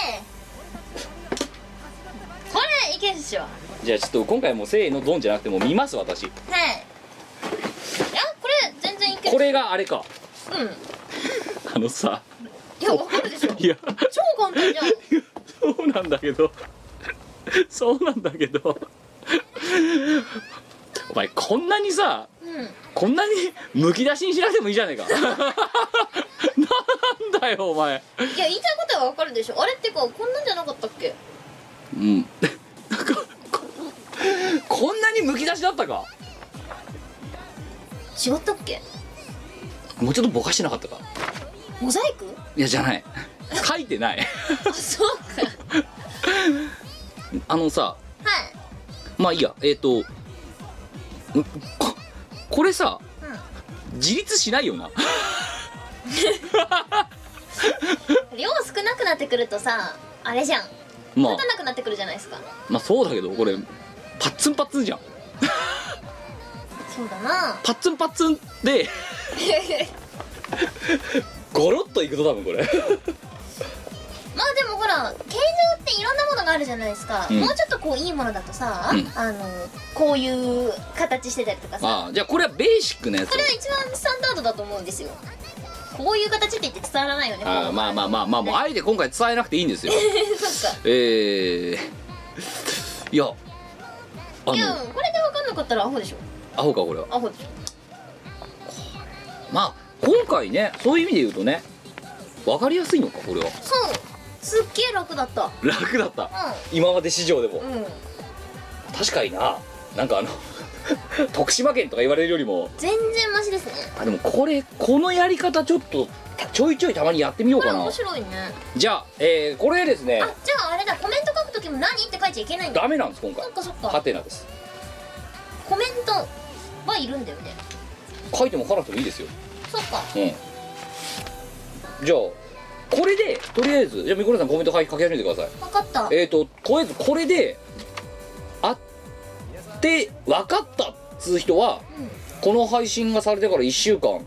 これいけるっしょはい
じゃあちょっと今回もうせーのドンじゃなくてもう見ます私
いやこれ全然いける
これがあれか
うん
あのさ
いやわかるでしょ
いや
超簡単じゃん
そうなんだけどそうなんだけどお前こんなにさ
うん
こんなにむき出しにしなくてもいいじゃねえかなんだよお前
いや言いたいことはわかるでしょあれってかこんなんじゃなかったっけ
うんなんかここんなにむき出しだったか
違ったっけ
もうちょっとぼかしてなかったか
モザイク
いやじゃない書いてない
あそうか
あのさ
はい
まあいいやえっ、とんここれさ、自立しないよな
量少なくなってくるとさあれじゃん
まあ
立たなくなってくるじゃないですか
まあそうだけどこれパッツンパッツンじゃん
そうだな
パッツンパッツンでゴロッといくぞ多分こ
*laughs*
れ
*laughs* まあでもほら形状っていろんなものがあるじゃないですか、
うん
もうちょっとこういいものだとさ、
うん
あのこういう形してたりとかさ
ああじゃあこれはベーシックなやつ
これは一番スタンダードだと思うんですよこういう形って言って伝わらないよね
ああまあまあまあまあもうあえて今回伝えなくていいんですよ
*laughs* そうか
えー、いやあ
いや
の
これで分かんなかったらアホでしょ
アホかこれは
アホでしょ
まあ今回ねそういう意味で言うとね分かりやすいのかこれは
そうすっげえ楽だった
楽だった
う
今まで史上でも
んうん
確かにななんかあの *laughs* 徳島県とか言われるよりも
全然マシですね
あでもこれこのやり方ちょっとちょいちょいたまにやってみよう
これ
かな
面白いね
じゃあ、えーこれですね
あじゃああれだコメント書くときも何って書いちゃいけないんだ
ダメなんです今回
そっかそっ
ハ
か
テナです
コメントはいるんだよね
書いても書かなくてもいいですよ
そっか
うんじゃあこれでとりあえずじゃあみこねさんコメント書き書き始めてください
分かった
えっ、ー、ととりあえずこれであって分かったっつう人は、この配信がされてから1週間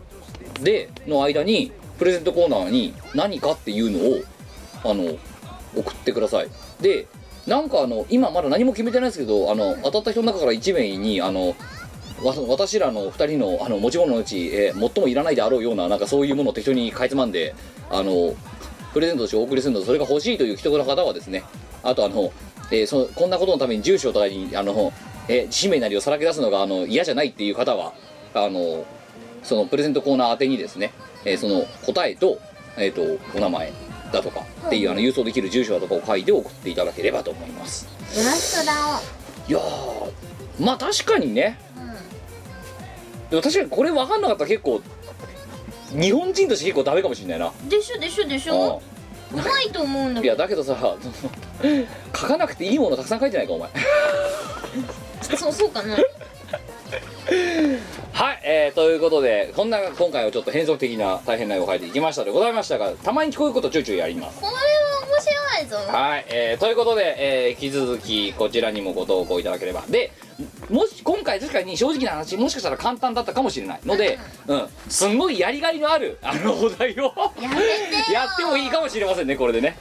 での間にプレゼントコーナーに何かっていうのをあの送ってくださいでなんかあの今まだ何も決めてないですけどあの当たった人の中から1名にあのわ私らの2人のあの持ち物のうち、えー最もいらないであろうようななんかそういうものを適当にかいつまんであのプレゼントとしてお送りするのでそれが欲しいという人の方はですねあとあの、えーそこんなことのために住所とかにあの、えー氏名なりをさらけ出すのがあの嫌じゃないっていう方はあのそのプレゼントコーナー宛てにですね、えーその答えと,、えー、とお名前だとかっていうあの郵送できる住所だとかを書いて送っていただければと思います
よろしくだ
いやーまあ確かにね
おうん
でも確かにこれ分かんなかったら結構日本人として結構ダメかもしれないな
でしょでしょでし
う
ょうまいと思うんだ
んい
け
やだけどさ *laughs* 書かなくていいものたくさん書いてないかお前 *laughs*
どそうそうかな
はい、えーということでこんな今回はちょっと変則的な大変な絵を描いていきましたでございましたがたまに聞こえることちょいちょいやります
これは面白いぞ
はい、えーということで、えー引き続きこちらにもご投稿いただければでもし今回確かに正直な話もしかしたら簡単だったかもしれないので、うん、すんごいやりがいのあるあのお題を
やめてよ
やってもいいかもしれませんねこれでね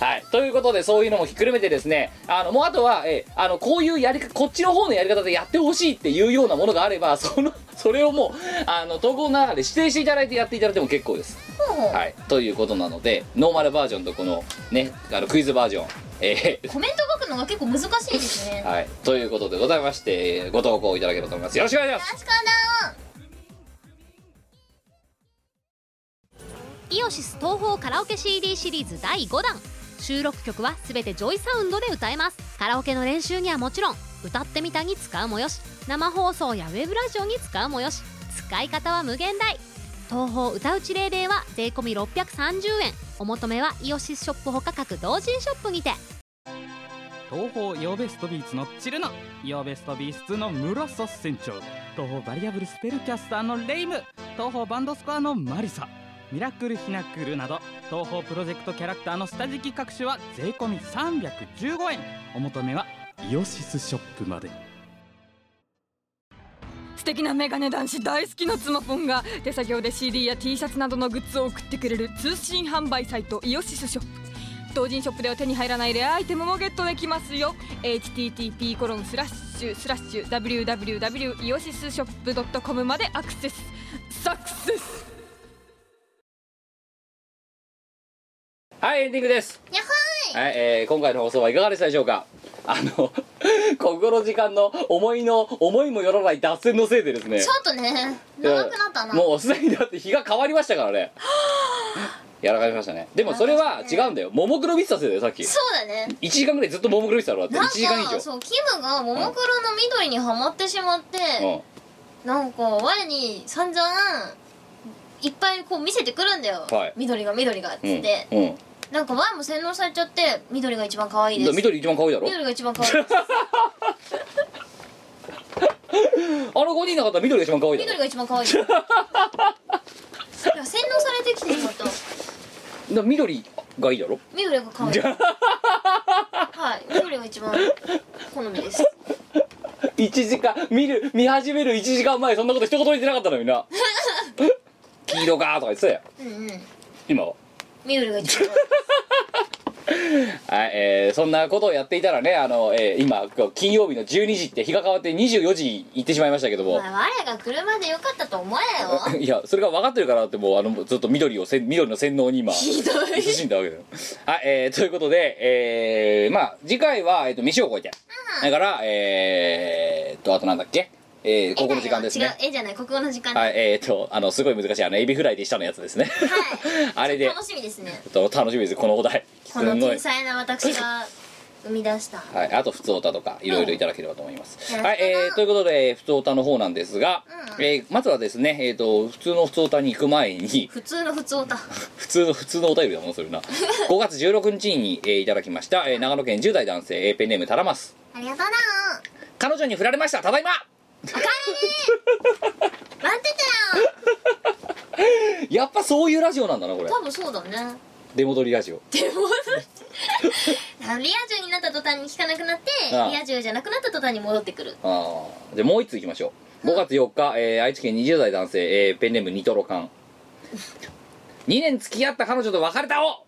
はいということでそういうのもひっくるめてですねあのもうあとは、えーあのこういうやり方こっちの方のやり方でやってほしいっていうようなものがあればそのそれをもうあの投稿の中で指定していただいてやっていただいても結構です
ほうほう
はいということなのでノーマルバージョンとこのねあのクイズバージョンえー *laughs*
コメント書くのが結構難しいですね
はい、ということでございましてえーご投稿いただければと思いますよろしくお願いします
確かだ
イオシス東宝カラオケ CD シリーズ第5弾収録曲は全てジョイサウンドで歌えますカラオケの練習にはもちろん歌ってみたに使うもよし生放送やウェブラジオに使うもよし使い方は無限大東宝歌うちレーデーは税込み630円お求めはイオシスショップほか各同人ショップにて
東方ヨーベストビーツのチルノヨーベストビーツのムロソ船長東方バリアブルスペルキャスターのレイム東方バンドスコアのマリサミラクルひなくるなど東方プロジェクトキャラクターの下敷き各種は税込み315円お求めはイオシスショップまで
素敵なメガネ男子大好きな妻ポンが手作業で CD や T シャツなどのグッズを送ってくれる通信販売サイトイオシスショップ同人ショップでは手に入らないレアアイテムもゲットできますよ http コロンスラッシュスラッシュ www イオシスショップ .com までアクセスサクセス
はいエンディングです
やっ
はい、えー今回の放送はいかがでしたでしょうかあの *laughs* ここの時間の思いの思いもよらない脱線のせいでですね
ちょっとね長くなったな
もうすでにだって日が変わりましたから
*laughs*
ねやらかしましたねでもそれは違うんだよももクロ見てたせいだよさっき1
そうだね
時間ぐらいずっとももクロ見てたろだって
な
1
ん
時間以上
かそうキムがももクロの緑にはまってしまって、
うん
なんか我に散々いっぱいこう見せてくるんだよ、
はい
緑が緑がっつっ
うん
て、
うん
なんか我も洗脳されちゃって緑が一番可愛いで
だ
す
緑一番可愛いだろ
緑が一番
*laughs*
可愛いです
あの5人の方は緑が一番可愛いだろ
緑が一番可愛いですいや洗脳されてきてしまった
だから緑がいいだろ
緑が
*laughs*
可愛いはい緑が一番好みです
1時間見る見始める1時間前そんなこと一言も言ってなかったのに *laughs* な黄色かーとか言ってたよ
うんうん
今は
緑
*laughs*
が一番
はい、えーそんなことをやっていたらねあの、えー今こう金曜日の12時って日が変わって24時行ってしまいましたけど
可
も
愛い、まあ、我が車でよかったと思えよ
いやそれが分かってるからだってもうあのずっと緑をせん緑の洗脳に今
ひどい
慎んだわけだよはい、えーということでえーまあ次回は、えー、と飯を超えて、だからえーっとあとなんだっけえ *laughs* ー、ここの時間ですね
絵だよ違う絵じゃない国語の時間、
はい、えー、と、あの、すごい難しい、あの、エビフライでしたのやつですね。 *laughs* あれで、
楽しみですね
と楽しみです、このお題。す
こ
ご
の
い
天。才な私が生み出した
はい、あと、普通歌とか、いろいろいただければと思います。
うん
はい、えー、ということで、えー普通歌の方なんですが、
うん
えーまずはですね、えー、と、普通の普通歌に行く前に、
普通の普通
*laughs*
歌
普通の普通のお便りだもん、それな。5月16日に、えーいただきました、えー長野県10代男性、えーペンネームタラマス。
ありがとうな
彼女に振られました、ただいま
待ってたよ
やっぱそういうラジオなんだな、これ。
多分そうだね
出戻りラジオ。
あのリア充になった途端に聞かなくなって
ああ
リア充じゃなくなった途端に戻ってくる
ああじゃあもう一ついきましょう5月4日、えー愛知県20代男性、えーペンネームニトロカン2年付き合った彼女と別れたを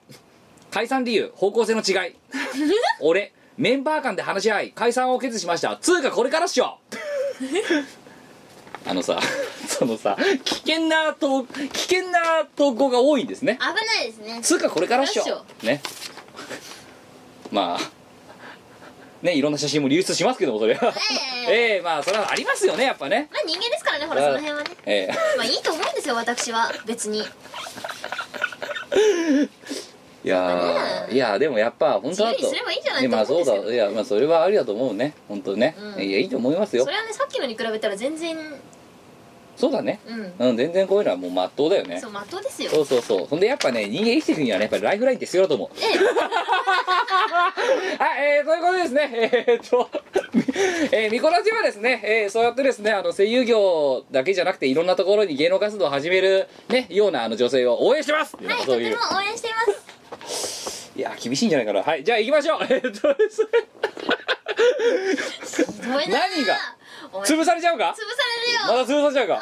解散理由方向性の違い俺メンバー間で話し合い解散を決意しましたつうかこれからっしょあのさそのさ危険なと危険な投稿が多いんですね
危ないですね
つうかこれからっしょ
これからっ
ねまあねいろんな写真も流出しますけどもそれは
ええ
ええまあそれはありますよねやっぱね
まあ人間ですからねほらその辺はね
え
まあいいと思うんですよ私は別に
えいやーいやでもやっぱ本当だと
自由にすればいいんじゃない
やまあ
と
そう
思うんで
だ
すけど
いやまあそれはありだと思うね本当ね、
うん
いやいいと思いますよ
それはねさっきのに比べたら全然
そうだね
うん
うん全然こういうのはもうまっとうだよね
そうまっとうですよ
そうそうそうそんでやっぱね人間生きていくにはねやっぱりライフラインって必要だと思う
ええ
*laughs* はい、えー、ということでですね、 *laughs* えー、っと、えー、ミコラジはですね、えー、そうやってですね、あの、声優業だけじゃなくて、いろんなところに芸能活動を始める、ね、ような、あの、女性を応援してますっていうのが
はいと
そう
て
いう
も。応援しています
いや、厳しいんじゃないかな。はい、じゃあ行きましょう。 *laughs* えー、っとですね、
ごめんな
何が
お前潰される
潰されちゃうかま
よ
た潰されちゃうか
危ない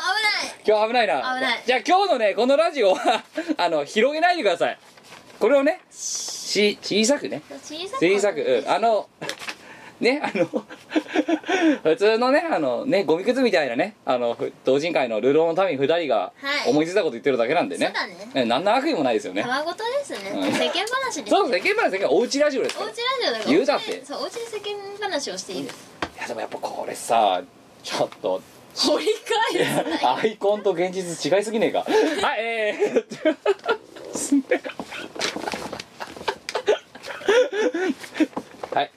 今日危ないな。
危ない
じゃあ今日のね、このラジオは、 *laughs* あの、広げないでください。これをね、し、小さくね。
小さく
小さく、うん、あの *laughs* ねあの *laughs* 普通のねあのねゴミ靴みたいなねあのふ同人会のルーローの民2人が
はい
思いついたこと言ってるだけなんでね,、
そうだね
何の悪意もないですよね
たわごとですね
うん
世間話です
そうですね現場ですねおうちラジオです
お
か
う
らい
ちラジオだから
言うだって
そうおうちで世間話をしている
やでもやっぱこれさちょっと
掘り返す
アイコンと現実違いすぎ
*laughs*
ねえかはいえー *laughs* すねはい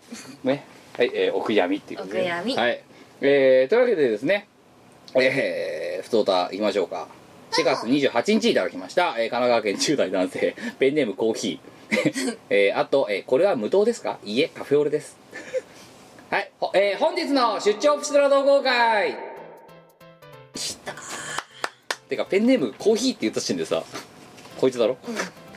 ねはい、えー、お悔やみっていうことで
お悔やみ
はいえー、というわけでですねえー、ふとたいきましょうか4月28日いただきました、えー神奈川県10代男性ペンネームコーヒーえー、あと、えーこれは無糖ですかいいえカフェオレですはい、ほえー本日の出張プチドラ同好会てかペンネームコーヒーって言ったしんでさこいつだろ、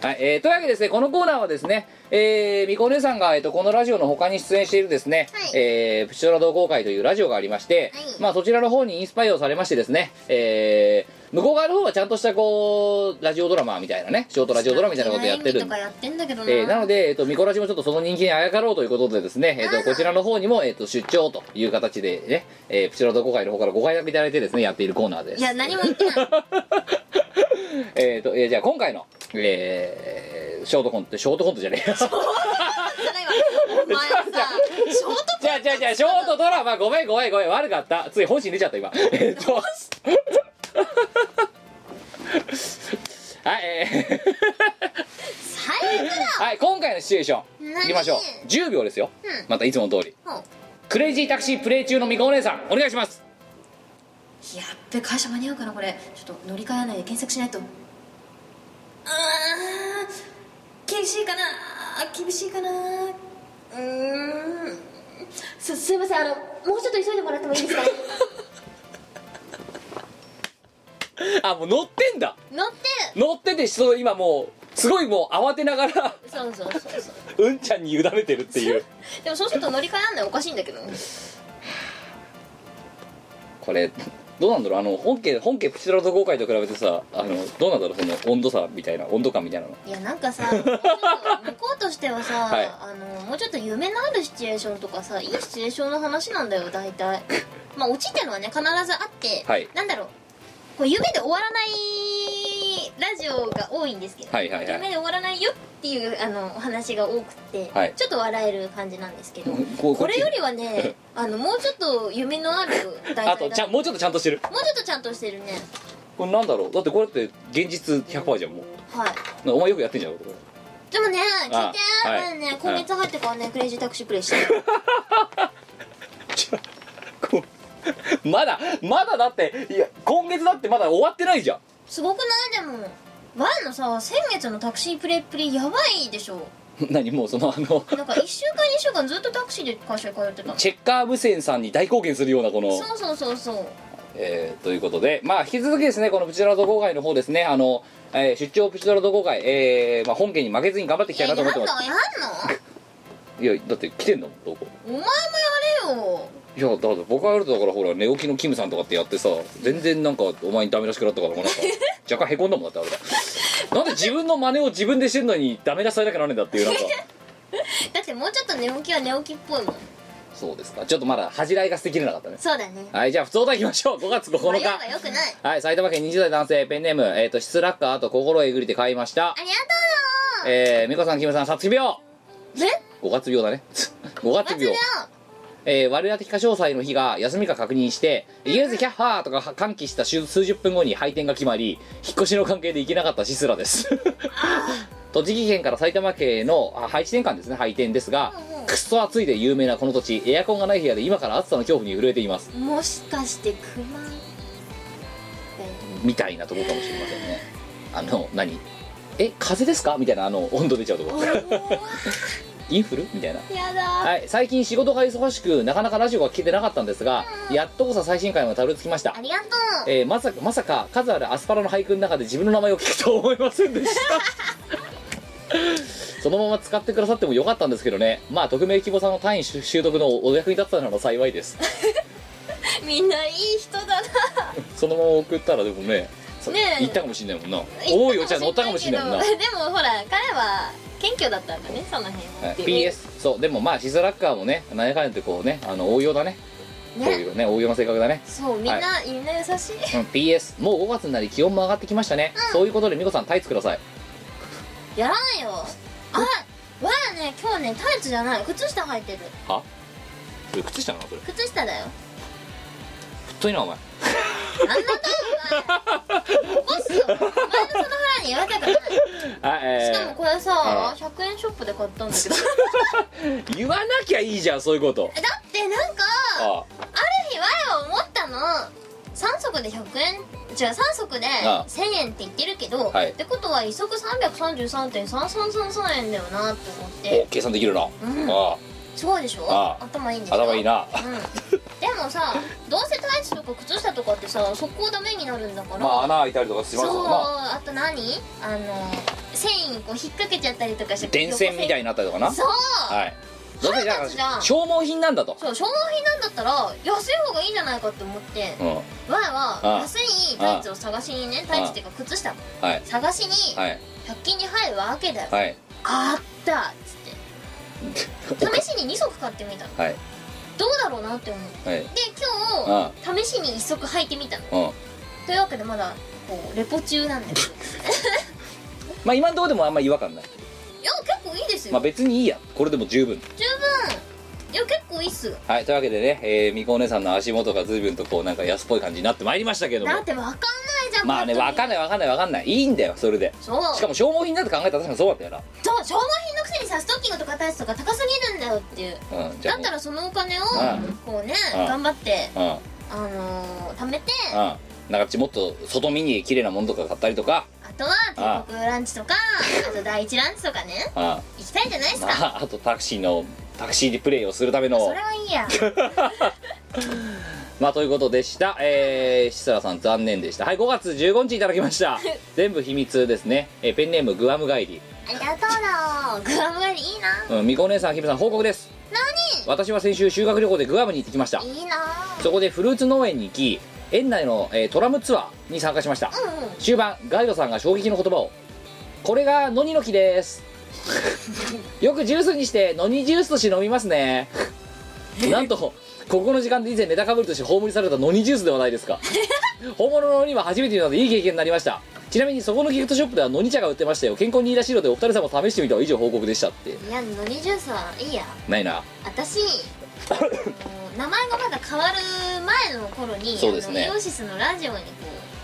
はいえーというわけでですねこのコーナーはですねえーみこお姉さんが、えー、とこのラジオの他に出演しているですね、
はい
えープチドラ同好会というラジオがありまして、
はい
まあそちらの方にインスパイアをされましてですね、えー向こう側の方はちゃんとしたこうラジオドラマみたいなねショートラジオドラマみたいなことやってる
と
んで
かやってんだけどな、
えーなので、えっとミコラジもちょっとその人気にあやかろうということでですね、えっとこちらの方にも、えっと出張という形でね、えープチロード5回の方からご解約いただいてですねやっているコーナーで
い
す
や何も言ってない
えっと、えーじゃあ今回の、えーショートコントショートコントじゃねえよ
ただ今お前さショート
じゃあじゃあじゃあショートドラマごめんごめんごめん悪かったつい本心出ちゃった
*laughs*
今えっと *laughs* はいえー
最悪だ
はい今回のシチュエーションいきましょう10秒ですよ、
うん
またいつもの通り
うん
クレイジータクシープレイ中のみこお姉さんお願いします
やっべ会社間に合うかなこれちょっと乗り換えないで検索しないとあー厳しいかなあ厳しいかなうーんすすいませんあのもうちょっと急いでもらってもいいですか
あもう乗ってんだ
乗って
乗っててその今もうすごいもう慌てながら *laughs*
るそうそうそうそう
うんちゃんに委ねてるっていう
でもそうすると乗り換えらんないおかしいんだけどね
*laughs* これどうなんだろうあの本家本家プチドラ同好会と比べてさあのどうなんだろうその温度差みたいな温度感みたいなの
いやなん
*laughs*
かさもうちょっと向こうとしてはさ、
はい
あのもうちょっと夢のあるシチュエーションとかさいいシチュエーションの話なんだよ大
*laughs*
体まあ落ちってのはね必ずあって、
はい
なんだろうこう夢で終わらないラジオが多いんですけど、
はいはいはい
夢で終わらないよっていうあのお話が多くて、
はい
ちょっと笑える感じなんですけど、
うんこ
こ
うこっち
れよりは
*laughs*
ねあのもうちょっと夢のある題材だ
あとちゃんもうちょっとちゃんとしてる
もうちょっとちゃんとしてるね
これなんだろうだってこれって現実100%じゃんも
はいう
お前よくやってんじゃんこれ
でもね聞いて
あはい
まだね今月入ってからねクレイジータクシープレイしてる
ちょ *laughs* こうまだまだだっていや今月だってまだ終わってないじゃん
すごくないでも前のさ先月のタクシープレイプレイやばいでしょ
*laughs* 何もうそのあの
なんか1週間2週間ずっとタクシーで会社に通っ
*laughs*
てたの
チェッカー無線さんに大貢献するようなこの
そうそうそうそう
えーということで、まあ、引き続きですね、このプチドラ同好会の方ですね、あの、えー出張プチドラ同好会、えーまあ、本家に負けずに頑張っていき
い
た
や
い
や
なんと
の
思っ
やん
て
の
ます。いや、だって来てんだもん、同好。
お前もやれよ
いや、だから僕がやると、だからほら、寝起きのキムさんとかってやってさ、全然なんか、お前にダメ出しくらったから、なんか、
*laughs*
若干へこんだもんだって、あれだ。なんで自分の真似を自分でしてんのに、ダメ出しされなきゃなんねえんだっていう、
*laughs*
なんか、
だってもうちょっと寝起きは寝起きっぽいもん
そうですか。ちょっとまだ恥じらいが捨てきれなかったね。
そうだね
はい、じゃあ、普通お題行きましょう。5月9
迷い
日
は。よくない
はい、埼玉県20代男性、ペンネーム、えっ、と、失落感、あと心をえぐりて買いました
あ。り
えー、美香さん、キムさん、さつき病
がとうえ
5月病だね *laughs* 5月
罰だ
病
よ
えー、悪当て歌唱祭の日が休みか確認して「イエーズキャッハー!」とかは歓喜した数数十分後に配点が決まり引っ越しの関係で行けなかったシスラです *laughs* 栃木県から埼玉県へのあ配置転換ですね配点ですが
うんうん
くっそ暑いで有名なこの土地エアコンがない部屋で今から暑さの恐怖に震えています
もしかして熊
みたいなとこかもしれませんねあの何え風邪ですかみたいなあの温度出ちゃうとこインフルみたいな
や
*laughs*
だ
はい、最近仕事が忙しくなかなかラジオが聞けてなかったんですがやっとこそ最新回までたどり着きました
あ、りがとう
えーまさかまさか数あるアスパラの俳句の中で自分の名前を聞くとは思いませんでした *laughs* そのまま使ってくださってもよかったんですけどねまあ匿名希望さんの単位習習得のお役に立ったなら幸いです
みんないい人だな
そのまま送ったらでもねさ
ねえ
行ったかもしれないもんな多いお茶乗ったかもしれないもんな
でもほら彼は謙虚だったんだねその辺は、
はい PS そうでもまあシスラッカーもね何やかんやってこうねあの応用だねこう
ね
いうね応用の性格だね
そうみんな、みんな優しい
うん PS もう5月になり気温も上がってきましたね、そういうことで美子さんタイツください
やらんよあわあね今日ねタイツじゃない靴下履いてる
はそれ靴下なのそれ
靴下だよ
太いなお前
あんなタイツは起こすよお前のその腹に言われたくない
あえ
しかもこれさ
あ
100円ショップで買ったんだ
*laughs*
けど
ー言わなきゃいいじゃんそういうこと
えだってなんか
あ
ある日わは思ったの3足で100円違う3足で
ああ
1000円って言ってるけど
はい
ってことは1足333.3333円だよなって思っ
お
て
計算できるな、ああ
すごいでしょ
ああ
頭いいんでしょ
頭いいな
うん、でもさどうせタイツとか靴下とかってさ速攻ダメになるんだから、
まあ穴開いたりとかします
そう
もんな
あと何あの繊維にこう引っ掛けちゃったりとかして
電線みたい
い
になったりとかな
そう、
はいどうせだか
腹立つじゃ
ら
ん
消耗品なんだと
そう消耗品なんだったら安い方がいいんじゃないかって思って、
うんは
わ
ああ
は安いタイツを探しにねタイツっていうか靴下
い
探しに
はい
100均に入るわけだよ、
はい
あったっつって試しに2足買ってみたの
はい
どうだろうなって思って
はい
で今日試しに1足履いてみたの
うん
というわけでまだこうレポ中
*laughs*
なんです
まあ今のところでもあんま違和感ない
いや結構いいですよ、
まあ別にいいやこれでも十分
十分いや結構いいっす
はいというわけでね、えー、みこお姉さんの足元が随分とこうなんか安っぽい感じになってまいりましたけども
だってわかんないじゃん
まあねわかん
な
な
い
いわかんないわかんないいいんだよそれで
そう
しかも消耗品だって考えたら確かにそうだったよ
そう消耗品のくせにさストッキングとかタイツとか高すぎるんだよっていう
なうんじゃ
だ
あ
ったらそのお金を
うん
こうね
うん
頑張って
うんうん
あのー貯めて
なんかちもっと外見に綺麗なものとか買ったりとか
あとは帝国ランチとかあと第一ランチとかね
うんま
行きたいじゃないですか
ああとタクシーのタクシーでプレイをするための
それはいいや
まあということでしたえー、シスラさん残念でしたはい5月15日いただきました
*laughs*
全部秘密ですね、えーペンネームグアム帰り
ありがとうだグアム帰りいいな
うんみこお姉さんひめさん報告です私は先週修学旅行でグアムに行ってきました
何いいな
そこでフルーツ農園に行き園内の、えートラムツアーに参加しました
うんうん
終盤ガイドさんが衝撃の言葉を「これがノニの木
*laughs*
です」「よくジュースにしてノニジュースとして飲みますね」なんとここの時間で以前ネタかぶりとして葬りされたノニジュースではないです
*laughs*
か本物のノニは初めて見たのでいい経験になりましたちなみにそこのギフトショップではノニ茶が売ってましたよ健康にいいらしいのでお二人様試してみては以上報告でしたって
いやのりジュースはいいや
ないな
私あの名前がまだ変わる前の頃に
そうですね
あのイオシスのラジオに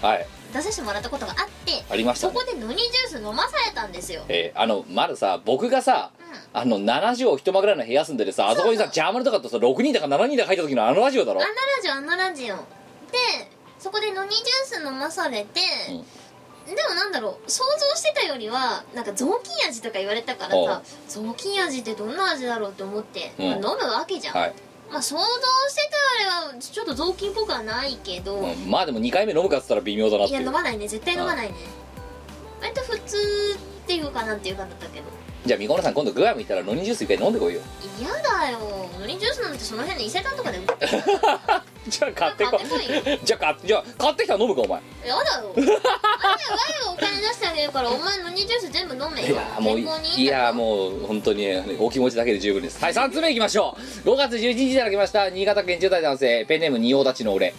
こ
はい、
う出させてもらったことがあって
ありました
そ
ね
こでのりジュース飲まされたんですよ
えーあのまださ僕がさ
うん
あの7畳一間ぐらいの部屋住んでてさあそこにさジャーマルとかとさ6人だか7人だか入った時のあのラジオだろ
あんなラジオあんなラジオでそこでのにジュース飲まされて、でもなんだろう想像してたよりはなんか雑巾味とか言われたから
おう
さ雑巾味ってどんな味だろうって思って、
うん
まあ飲むわけじゃん、
はい
まあ想像してたよりはちょっと雑巾っぽくはないけど、
うんまあでも2回目飲むかっつったら微妙だなっ
い
てい
や
う
飲まないね絶対飲まないね割と普通っていうかなんていうかだったけど
じゃあみこねさん今度グアム行ったらノニジュース一回飲んでこいよ
嫌だよのりジュースなんてその辺で伊勢丹とかで売ってる
*laughs*
か
じゃあ買って
ら
こ
買ってこいよ
*laughs* じゃあ買ってじゃあ買ってきたら飲むかお前
やだよあんたが我がお金出してあげるからお前のにジュース全部飲め
い
よ
やもう
健康に
い
いいから
やもう本当にお気持ちだけで十分ですはい3つ目いきましょう5月11日いただきました新潟県10代男性ペンネーム仁王立ちの
*laughs*
俺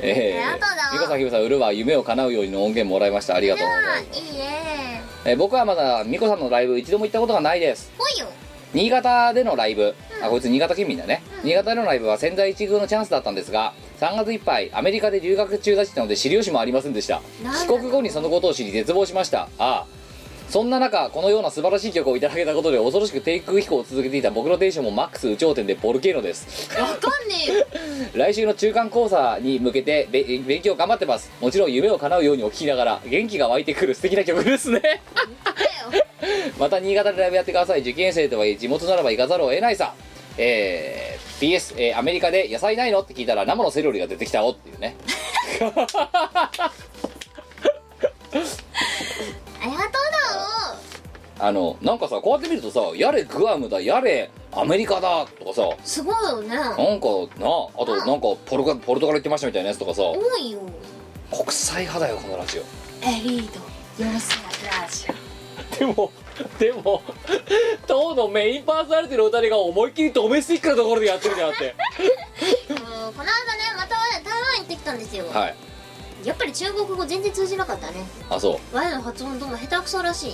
え
ありがとうな
ー、みこさんひぶさんうるは夢を叶うようにの音源もらいましたありがとうございます
いいね
えー僕はまだみこさんのライブ一度も行ったことがないです
ぽいよ
新潟でのライブ、
うん
あこいつ新潟県民だね、
うん
新潟でのライブは千載一遇のチャンスだったんですが3月いっぱいアメリカで留学中だったので知りよしもありませんでした
なんだ
帰国後にそのことを知り絶望しましたああそんな中このような素晴らしい曲をいただけたことで恐ろしく低空飛行を続けていた僕のテンションもマックス有頂天でボルケーノです
わかんねえよ
来週の中間講座に向けてべ勉強頑張ってますもちろん夢を叶うようにお聴きながら元気が湧いてくる素敵な曲ですね
だよ
また新潟でライブやってください受験生とはいえ地元ならば行かざるを得ないさえー、PS、えーアメリカで野菜ないのって聞いたら生のセロリが出てきたおっていうね
ありがとうだよ
あのなんかさこうやって見るとさやれグアムだやれアメリカだとかさ
すごいよね
なんかなあとなんかポルカポルトガル行ってましたみたいなやつとかさ
多いよ
国際派だよこのラジオ
エリート養成ラジ
で
オ
もでも当のメインパーソナリティのお二人が思いっきりドメスティックなところでやってるじゃんって
うんこの間ねまた台湾行ってきたんですよ、
はい
やっぱり中国語全然通じなかったね
あそう
我の発音どうも下手くそらしい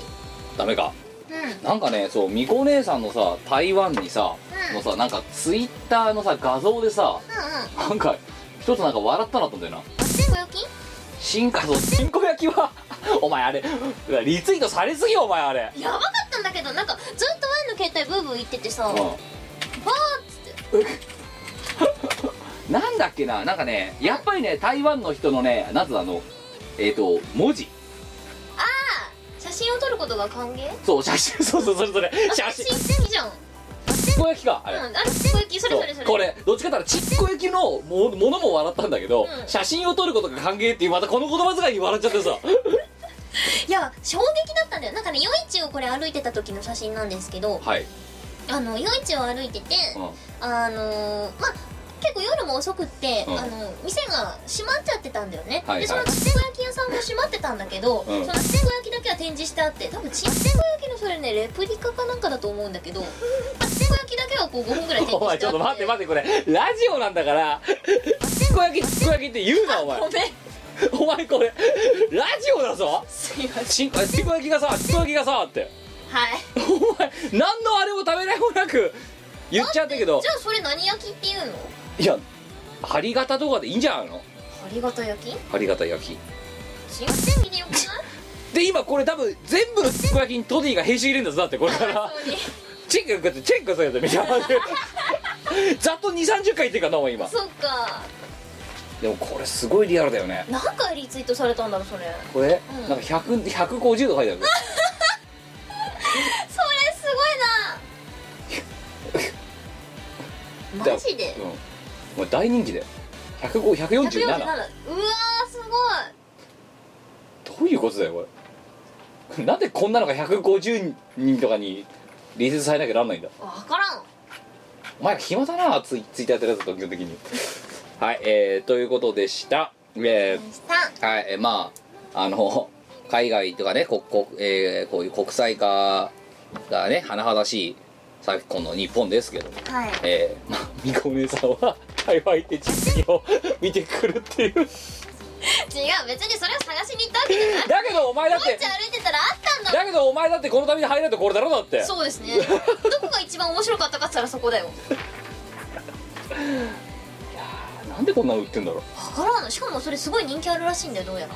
ダメか
うん
なんかねそうみこ姉さんのさ台湾にさ、
うん
のさなんかツイッターのさ画像でさ
うんうん
なんか一つなんか笑ったなと思ったんだよな
おっちんごよき
新華そう新こ焼きは *laughs* お前あれリツイートされすぎよお前あれ
やばかったんだけどなんかずっと我の携帯ブーブー言っててさ、わ
う
ーっつって
ん *laughs* なんだっけななんかねやっぱりね台湾の人のねなんつうのあのえっ、と文字
写真真を撮ることが歓迎
そう写真そうそうそれそれ写
あ
真
真いいじゃんうん
ちっこ焼きかあれ、
あれすごいきそれ
そ
それそうれ
これどっちかって言ったらちっこ焼きのもものも笑ったんだけど、
うん
写真を撮ることが歓迎っていうまたこの言葉遣いに笑っちゃって
*laughs*
さ
いや衝撃だったんだよなんかね夜市をこれ歩いてた時の写真なんですけど
はい、
あの夜市を歩いてて
うん、は
あのーまあ結構夜も遅くって、
うん
あの店が閉まっちゃってたんだよね、
はいはい
でそのちっこ焼き屋さんも閉まってたんだけど、
うん
そのちっこ焼きだけは展示してあって多分ちっこ焼きのそれねレプリカかなんかだと思うん
*laughs*
だけどちっこ焼きだけはこう5本ぐらい展示してあって
お前ちょっと待って待ってこれラジオなんだからちっこ焼きちっこ焼きって言う
*laughs*
なお前
ごめん
お前これラジオだぞ
すいません
ちんあちっこ焼きがさちっこ焼きがさって
はい
お前何のあれも食べないもなく言っちゃったけど
じゃあそれ何焼きっていうの
いや針型とかでいいんじゃないの
針型焼き
針型焼き
新鮮味でよくない
で今これ多分全部のちっこ焼きにトディが編集入れるんだぞだってこれ *laughs* から
そうに
チェックこうやってチェックされてみたいなざっと2 3 0回言ってるからなお前今
そっか
でもこれすごいリアルだよね
何回リツイートされたんだろうそれ
これ、
うん
なんか100 150度書いてある
それすごいなマジで
うんお前大人気だよ105 147
147うわーすご
どういうことだよこれなんでこんなのが150人とかにリリースされなきゃなんないんだ
いわからん
お前ら暇だなツイツイッターやってるやつと基本的にはいえー、ということでしたえー、
した
はい、えーまああの *laughs* 海外とかねここ、えーこういう国際化がね甚だしい昨今の日本ですけど、
はい
えーまあ、みこお姉さんは海外で実績を見てくるっていう
違う別にそれを探しに行ったわけじゃない
だけどお前だっ
こってち歩いてたらあったんだ
だけどお前だってこの旅でハイライトこれだろだって
そうですねどこが一番面白かったかっつったらそこだよ
なんでこんなの売ってんだろう
わからんのしかもそれすごい人気あるらしいんだよどうやら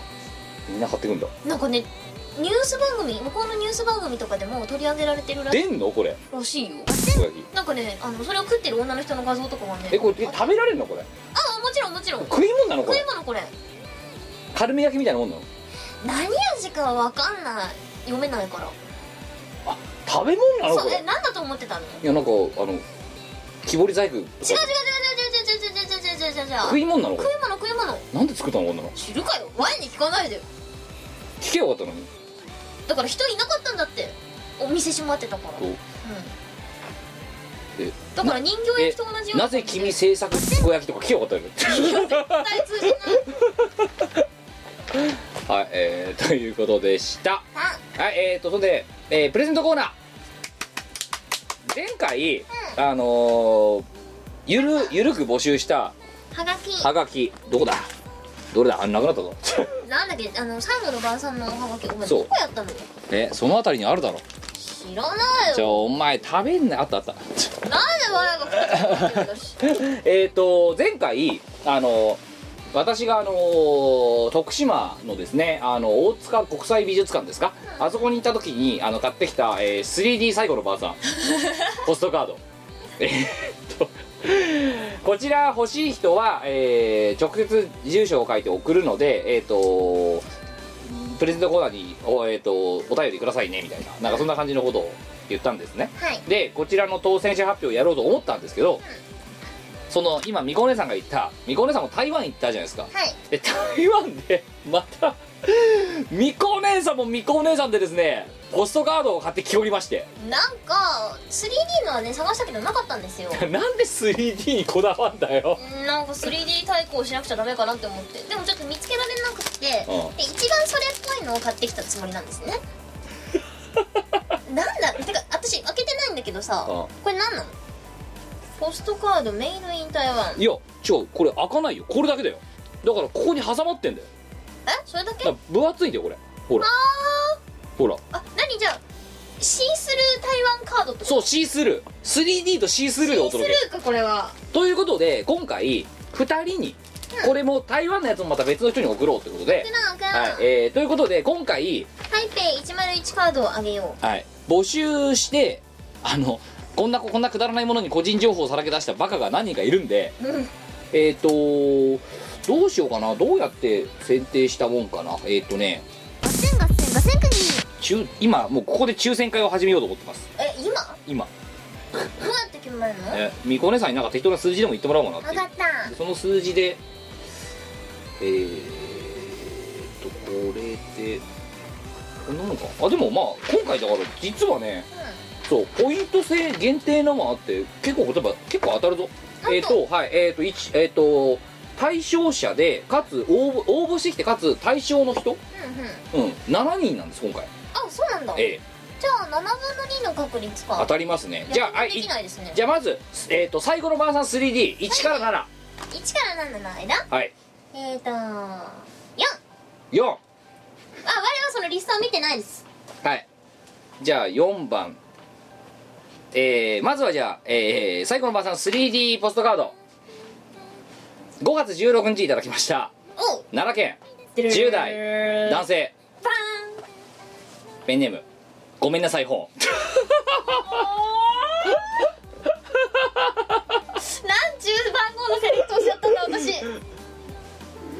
みんな買ってくんだ
なんかねニュース番組向こうのニュース番組とかでも取り上げられてるら
出んのこれ
らしいよ
たこ焼き
なんかねあのそれを食ってる女の人の画像とかもね
えこれえ食べられるのこれ
ああもちろんもちろん食
食い物なのこ
い
れ
物これ
カルメ焼きみたいなもんなの
何味かわかんない読めないから
食べ物なの
そ
こ
う
れ
え何だと思ってたの違
いやなんかあの木彫り細工
う違う違う違う違う違う違う違う違う違う
食
違う
い物なのこ
食
れ
い物食い物
なんで作ったのこんなの
知るかよ前に聞かないでよ
聞けばよかったのに
だから人いなかったんだってお店閉まってたから
こ
う
うんえ
だから人形焼きと同じよう
なぜ君制作ちっこ焼きとか聞けばよかったのに
絶対通じない
はいえー、ということでした
あ
はいえーとそれで、えープレゼントコーナー前回、あのーゆるゆるく募集した
はがき
はがきどこだどれだあなくなったぞ
なんだっけあの最後の晩餐のおはがきお前
そう
どこやったの
えそのあたりにあるだろ
知らない
じゃあ
よ
お前食べんなあったあった
なんで我が二つ持ってるんだし
えっ、と前回あの私があの徳島のですねあの大塚国際美術館ですかあそこに行った時にあの買ってきた、えー 3D 最後のばあさんポストカードえーっとこちら欲しい人は、えー直接住所を書いて送るのでえーっ、とプレゼントコーナーにお,、えーっとお便りくださいねみたいななんかそんな感じのことを言ったんですね
はい
でこちらの当選者発表をやろうと思ったんですけど、その今みこお姉さんが言ったみこお姉さんも台湾行ったじゃないですか
はい
で台湾でまたみこお姉さんもみこお姉さんでですねポストカードを買ってきおりまして
なんか 3D のはね探したけどなかったんですよ
なんで 3D にこだわんだよ
なんか 3D 対抗しなくちゃダメかなって思ってでもちょっと見つけられなくて
うん
で一番それっぽいのを買ってきたつもりなんです
*laughs*
ねなんだてか私開けてないんだけどさ
うん
これ何なのポストカードメイドイン台湾
いや違うこれ開かないよこれだけだよだからここに挟まってんだよ
えそれだけ
だから分厚いんだよこれほらほら
あ何じゃあシースルー台湾カードってこと
そうシースルー 3D とシースルーでお
シー
届け
スルーかこれは
ということで今回2人にこれも台湾のやつもまた別の人に送ろうってことで
で、なんか、
はいえー、ということで今回、
台北101カードをあげよ
はい、募集してあのこんなこんなくだらないものに個人情報をさらけ出したバカが何人かいるんで *laughs*
ううん
えっ、とどうしようかなどうやって選定したもんかなえっ、とね
ガセンガセンガセンクニー
抽今もうここで抽選会を始めようと思ってます
え今
今
どうやって決まるの分
えみこねさんになんか適当な数字でも言ってもらおうかなっていう
かった
でその数字でえー、っとこれでこんなもんかあでもまあ今回だから実はね、そうポイント制限定のもあって結構例えば結構当たるぞえーっとはいえーっと一えーっと対象者でかつ応募応募してきてかつ対象の人、
うんうん
うん、7人なんです今回、
あそうなんだじ
ええ
ゃあ7分の2の確率か
当たりますねじゃあ
あ
はい
で
い
きないですね
じゃあまず、えー、と最後のバーサン 3D1 から
1から7の間
7はい
えーと4あ
4は
我々はそのリストを見てないです
いじゃあ4番えー、まずはじゃあ、えー、最後のバーサン 3D ポストカード5月16日いただきました
おう
奈良県10代男性
バ
ペンネームごめんなさい本
ーンなんちゅう番号のセリフとおっしちゃったんだ私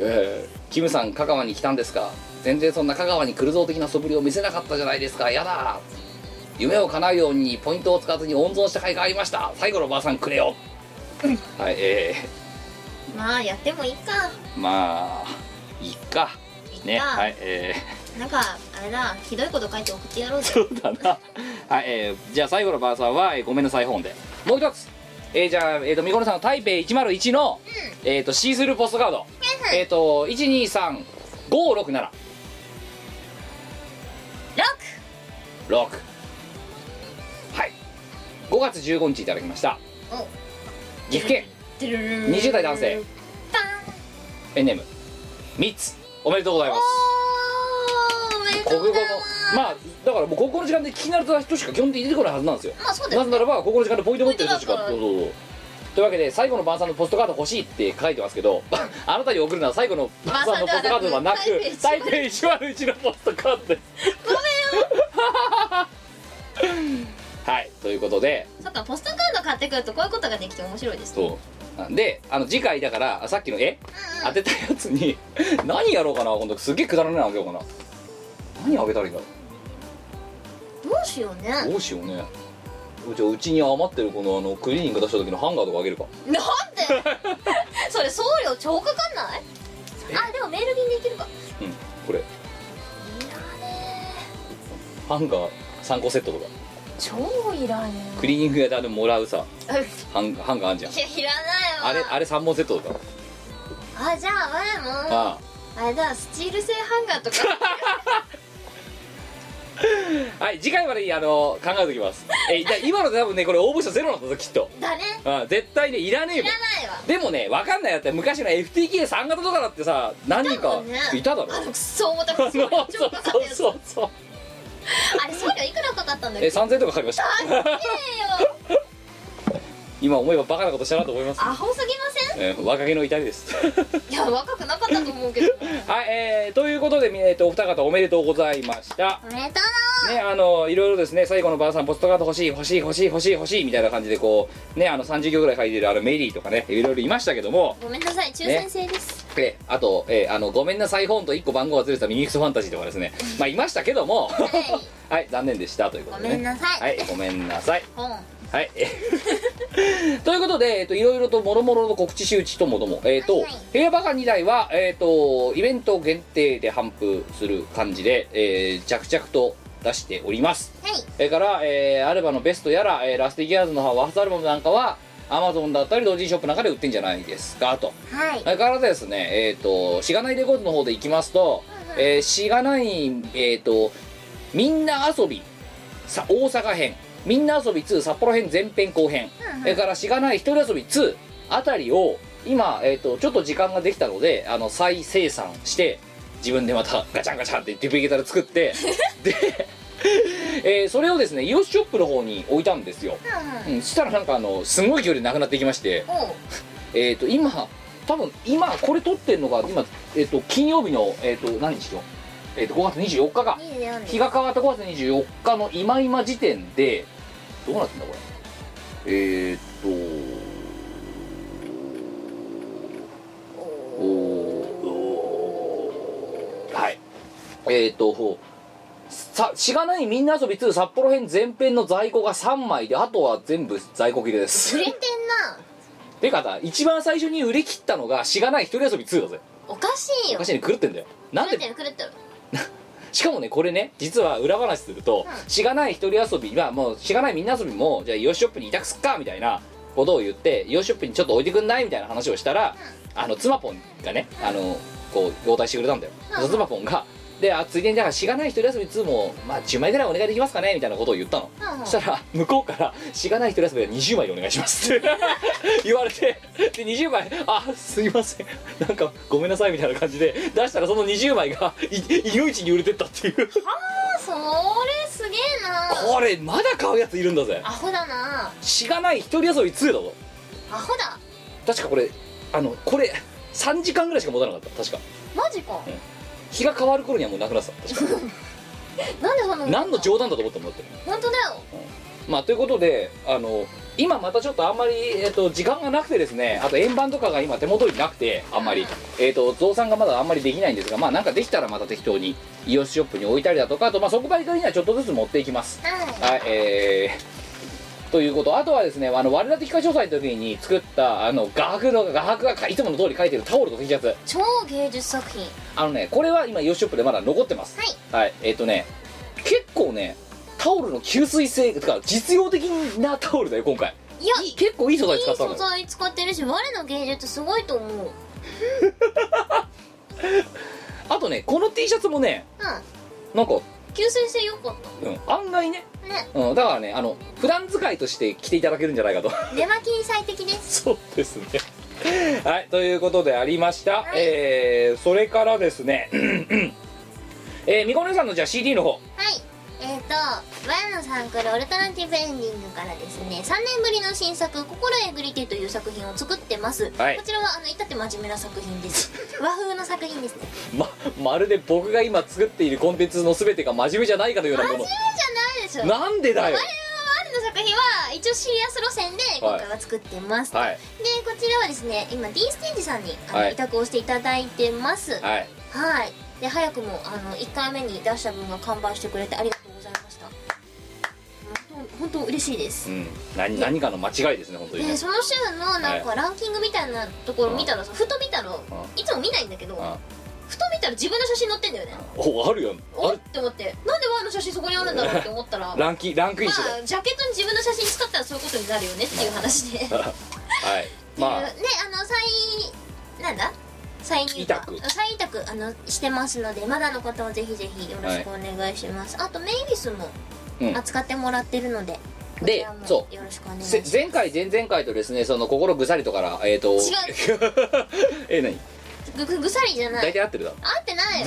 *laughs*
えーキムさん香川に来たんですか全然そんな香川に来るぞ的な素振りを見せなかったじゃないですかやだ夢を叶うようにポイントを使わずに温存した甲斐がありました最後のばあさんくれよはいえ
まあやってもいいか
ー、まあいっか
いっか
ねはいえ
なんかあれだひどいこと書いて送ってやろう
ー、 *laughs*
ぜ
そうだなはいえー、じゃあ最後のばあさんは、えーごめんなさい本でもう一つえー、じゃあ、えー、とみこねさんの台北101の、えー、とシースルーポストカードえっ、ー、と123567
6
6はい5月15日いただきました
お
岐阜県20代男性
バーン
ペンネーム3つおめでとうございます
おーおめでと
国語
うご
の
ざいます
まあだからもう高校の時間で聞き慣れた人しか基本的に出てこないはずなんですよ
まあそうだ
な
よ
ぜならば高校の時間でポイント持ってる人しか
ポイント
どう
だ
ぞどうぞというわけで最後の晩餐のポストカード欲しいって書いてますけど *laughs* あなたに送るのは最後の晩餐のポストカードではなく
晩
最低101のポストカードですごめんはいということで
そっかポストカード買ってくるとこういうことができて面白いですね
そうなんであの次回だからさっきの絵当てたやつに何やろうかな今度すっげえくだらないのあげようかな何あげたらいいんだろ
どうしようねなん
うどうしようねじゃあうちに余ってるこのあのクリーニング出した時のハンガーとかあげるか
で *laughs* それ送料超かかんないあでもメール便でいけるか
うんこれ
いらね
ハンガー3個セットとか
え超いらね
クリーニング屋であのもらうさ
えいや
ハンハンガーあんじゃん
*laughs* いらないわ
あれあれ3本セットとか
あじゃあ我も
あ
あれだスチール製ハンガ
*laughs*
ーとか
あはい次回までにあの考えときますえじゃあ今ので多分ねこれ応募者ゼロなんだぞきっと
だね
あ絶対ねいらねえ
い
もん
らないわ
でもねわかんないやって昔の FTK3 型とかだってさ何人かいただろ
あのくっそ重たく
あの
て送料
*laughs* そ
超
う
かかった
そう
やつ
そうそう
あれ送料いくらかかったんだっ
え
けど
3000円とかかかりました *laughs*
えよ
今思えばバカなことしたなと思います、
アホすぎません
えー若気の至りです *laughs*
いや若くなかったと思うけど
はいえー、ということで、えー、とお二方おめでとうございました
おめでとう
ねあのいろいろですね最後のばあさんポストカード欲しい欲しい欲しい欲しい欲しいみたいな感じでこうねあの30行ぐらい書いてるあのメリーとかねいろいろいましたけども
ごめんなさい抽選制です、
えーあと、えーあのごめんなさい本と1個番号がずれてたミニクソファンタジーとかですねまあいましたけども
はい
*laughs* はい残念でしたということ
ご
で、ね、
めんなさい、
はいごめんなさい
本
はい。 *laughs* ということで、えっと、いろいろともろもろの告知周知ともども、えっと、
はいはい
平和が2台は、えっと、イベント限定で頒布する感じで、えー着々と出しております。
はい
それから、えーアルバのベストやら、えーラスティギアーズのワーストアルバムなんかは、アマゾンだったり、同人ショップなんかで売ってんじゃないですか、と。
はい
それからですね、えっ、と、しがないレコードの方で行きますと、えーしがない、えっ、と、みんな遊び、さ大阪編、みんな遊び2、札幌編前編後編、それからしがない一人遊び2あたりを、今、えっ、と、ちょっと時間ができたので、あの、再生産して、自分でまたガチャンガチャンってデュプリケーターで作 *laughs* って、で、えーそれをですね、イオシショップの方に置いたんですよ。うん、そしたらなんかあの、すごい距離なくなっていきまして、
おう
えっ、と今多分今これ撮ってるのが今、えー、と金曜日の、えー、と何日よ、えー、と5月24日が
24です
日が変わった5月24日の今今時点でどうなってんだこれえっ、とおおーはいえっ、とさしがないみんな遊び2札幌編全編の在庫が3枚であとは全部在庫切れです
売れてんな
てかさ一番最初に売り切ったのがしがない一人遊び2だぜ
おかしい
お
よ
かしいね狂ってんだよなん
狂っ
で
てる狂ってる
しかもねこれね実は裏話すると、しがない一人遊びはもうしがないみんな遊びもじゃあイオシショップに委託すっかみたいなことを言ってイオシショップにちょっと置いてくんないみたいな話をしたら、あの妻ポンがねあのこう応対してくれたんだよ、その妻ポンがであついでにだからしがない一人遊び2も、まあ、10枚ぐらいお願いできますかねみたいなことを言ったの、
うんうん
そしたら向こうから「しがない一人遊びは20枚でお願いします」って *laughs* 言われてで20枚「あすいませんなんかごめんなさい」みたいな感じで出したらその20枚がい犬市に売れてったっていう
あそれすげえな
これまだ買うやついるんだぜ
アホだな
しがない一人遊び2だぞ
アホだ
確かこれあのこれ3時間ぐらいしか持たなかった確か
マジか
日が変わる頃にはもうなくなってた確か
なんでそんな
何の冗談だと思ったもんだって
本当だよ
まあということであの今またちょっとあんまり、えっと時間がなくてですねあと円盤とかが今手元になくてあんまり、えっと増産がまだあんまりできないんですがまあなんかできたらまた適当にイオシショップに置いたりだとかあとまあ即売会にはちょっとずつ持っていきます
は
はい、えー、ということ、あとはですね、あの我ら的歌唱祭の時に作った、あの画伯の画伯がいつもの通り書いてるタオルと T シャツ、
い超芸術作品
あのね、これは今、ヨシショップでまだ残ってます。はい、えっ、とね、結構ね、タオルの吸水性、とか実用的なタオルだよ、今回。
いや
いい結構いい素材
いい
使ったの
素
よ。
材使ってるし我の芸術すごいと思ううん
あとね、この T シャツもね、なんか、
吸水性良かっ
うん、案外ね、
たね
うん、だからね、あの、普段使いとして着ていただけるんじゃないかと。 *laughs*
寝巻きに最適です
そうですね。はい、ということでありました。えー、それからですね、 *clears throat* うんうんえー、みこねさんのじゃあ CD の方。
はいえっ、と「我のサンクルオルタナティブエンディング」からですね3年ぶりの新作「心えぐりて」という作品を作ってます、
はい
こちらはあの至って真面目な作品です和風の作品ですね
ま、まるで僕が今作っているコンテンツの全てが真面目じゃないかのようなも
真面目じゃないでしょ
の。なんでだよ。
我の作品は一応シリアス路線で今回は作ってます、
はい、
でこちらはですね今 D ステージさんにあの
はい
委託をしていただいてますはい、
はい。
で早くもあの1回目に出した分が完売してくれてありがとうございました本当本当嬉しいで
う
す、
ん、何、何かの間違いですね、本当にね
で。その週のなん
は
かランキングみたいなところ見たらさ、ふと見たらいつも見ないんだけど
あ
ふと見たら自分の写真載ってんだよね
お、あるよ。あ
おっ
る。
って思ってなんで我の写真そこにあるんだろうって思っ
*laughs*
たらまあ
ランキ、ランクインしてる。
ジャケットに自分の写真使ったらそういうことになるよねっていう話で
はい。 *laughs* ま
まあ、
あ
ね、あの再なんだ再入
委託
再委託あのしてますのでまだの方はぜひぜひよろしくお願いします、あとメイビスも
うん
扱ってもらってるので、こち
で
らも
そう
よろしくお願いし
せ
ます
前回前々回とですねその心ぐさりとからえっ、と *laughs* え何
ぐぐぐさりじゃない
大体合ってるだろ
合ってない
*laughs*
よ、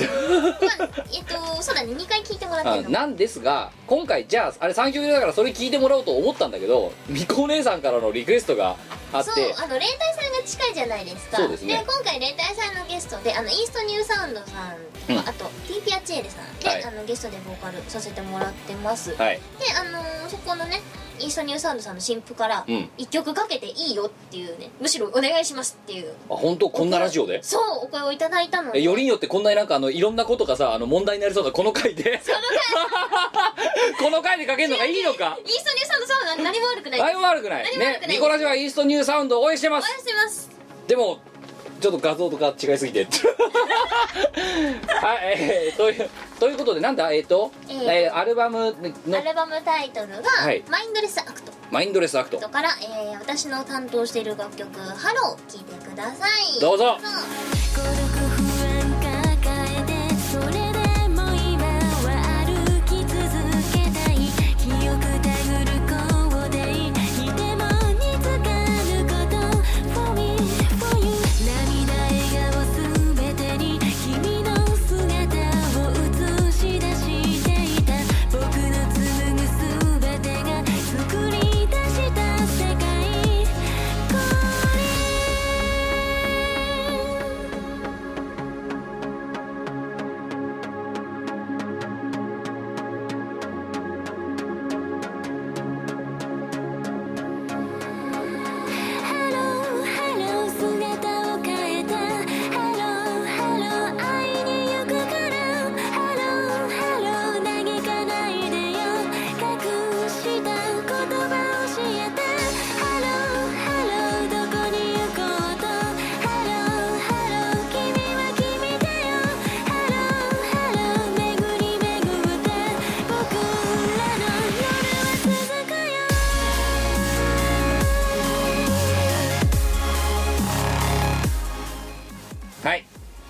まあ、えっとそうだね2回聞いてもらって
あ
るの
なんですが今回じゃああれ3曲目だからそれ聞いてもらおうと思ったんだけどみこお姉さんからのリクエストがあっ
そう
て
あの例大さんが近いじゃないですか
そうですね
今回例大さんのゲストであのイーストニューサウンドさんとか、
うん
あと t p アチエルさんで、
はい
あのゲストでボーカルさせてもらってます、
はい
であのーそこのねイーストニューサウンドさんの新譜から
うん
一曲かけていいよっていうねむしろお願いしますっていう
あ本当こんなラジオで
そうお声をいただいたの
え
で
よりによってこんなになんかあのいろんなことがさあの問題になりそうなこの回で *laughs* この回でかけるのがいいのか
イーストニューサウンドさんは何も悪くない
あ
応
れも悪くない
何も悪く
ね
ない
ミコラジはイーストニューサウンドを応援してます
援してます
でもちょっと画像とか違いす
*laughs*
ぎてはいえー、というということでなんだえっ、と、
え
え
ー
ーアルバムの
アルバムタイトルが
はい
「マインドレスアクト」
マインドレスアクト
とから、えー私の担当している楽曲「ハロー」聴いてください
どうぞ
そう
「孤独不安抱えてそれでも今は歩き続けたい」「記憶たぐるコーデいても見つかること For me for you」「涙笑顔すべてに君の姿を映し出していた」「僕の紡ぐすべてが作り出した世界これ」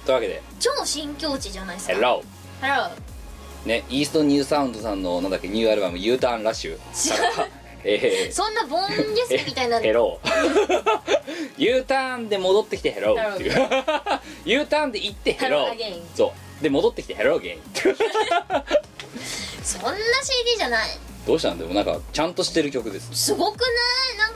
というわけで
超新境地じゃないですか
ヘロ
ハロ
ーねイーストニューサウンドさんのなんだっけニューアルバム「U ターンラッシ
*laughs*
ュ」からえ
ーそんなボンゲスみたいな
ー、ヘ *laughs* ロー U ターンで戻ってきてヘローっていう *laughs* U ターンで行ってヘロ
ヘローアゲイ
ー
ン
そうで戻ってきてヘローゲイン
そんな CD じゃない
どうしたんだよなんかちゃんとしてる曲です
すごくないなん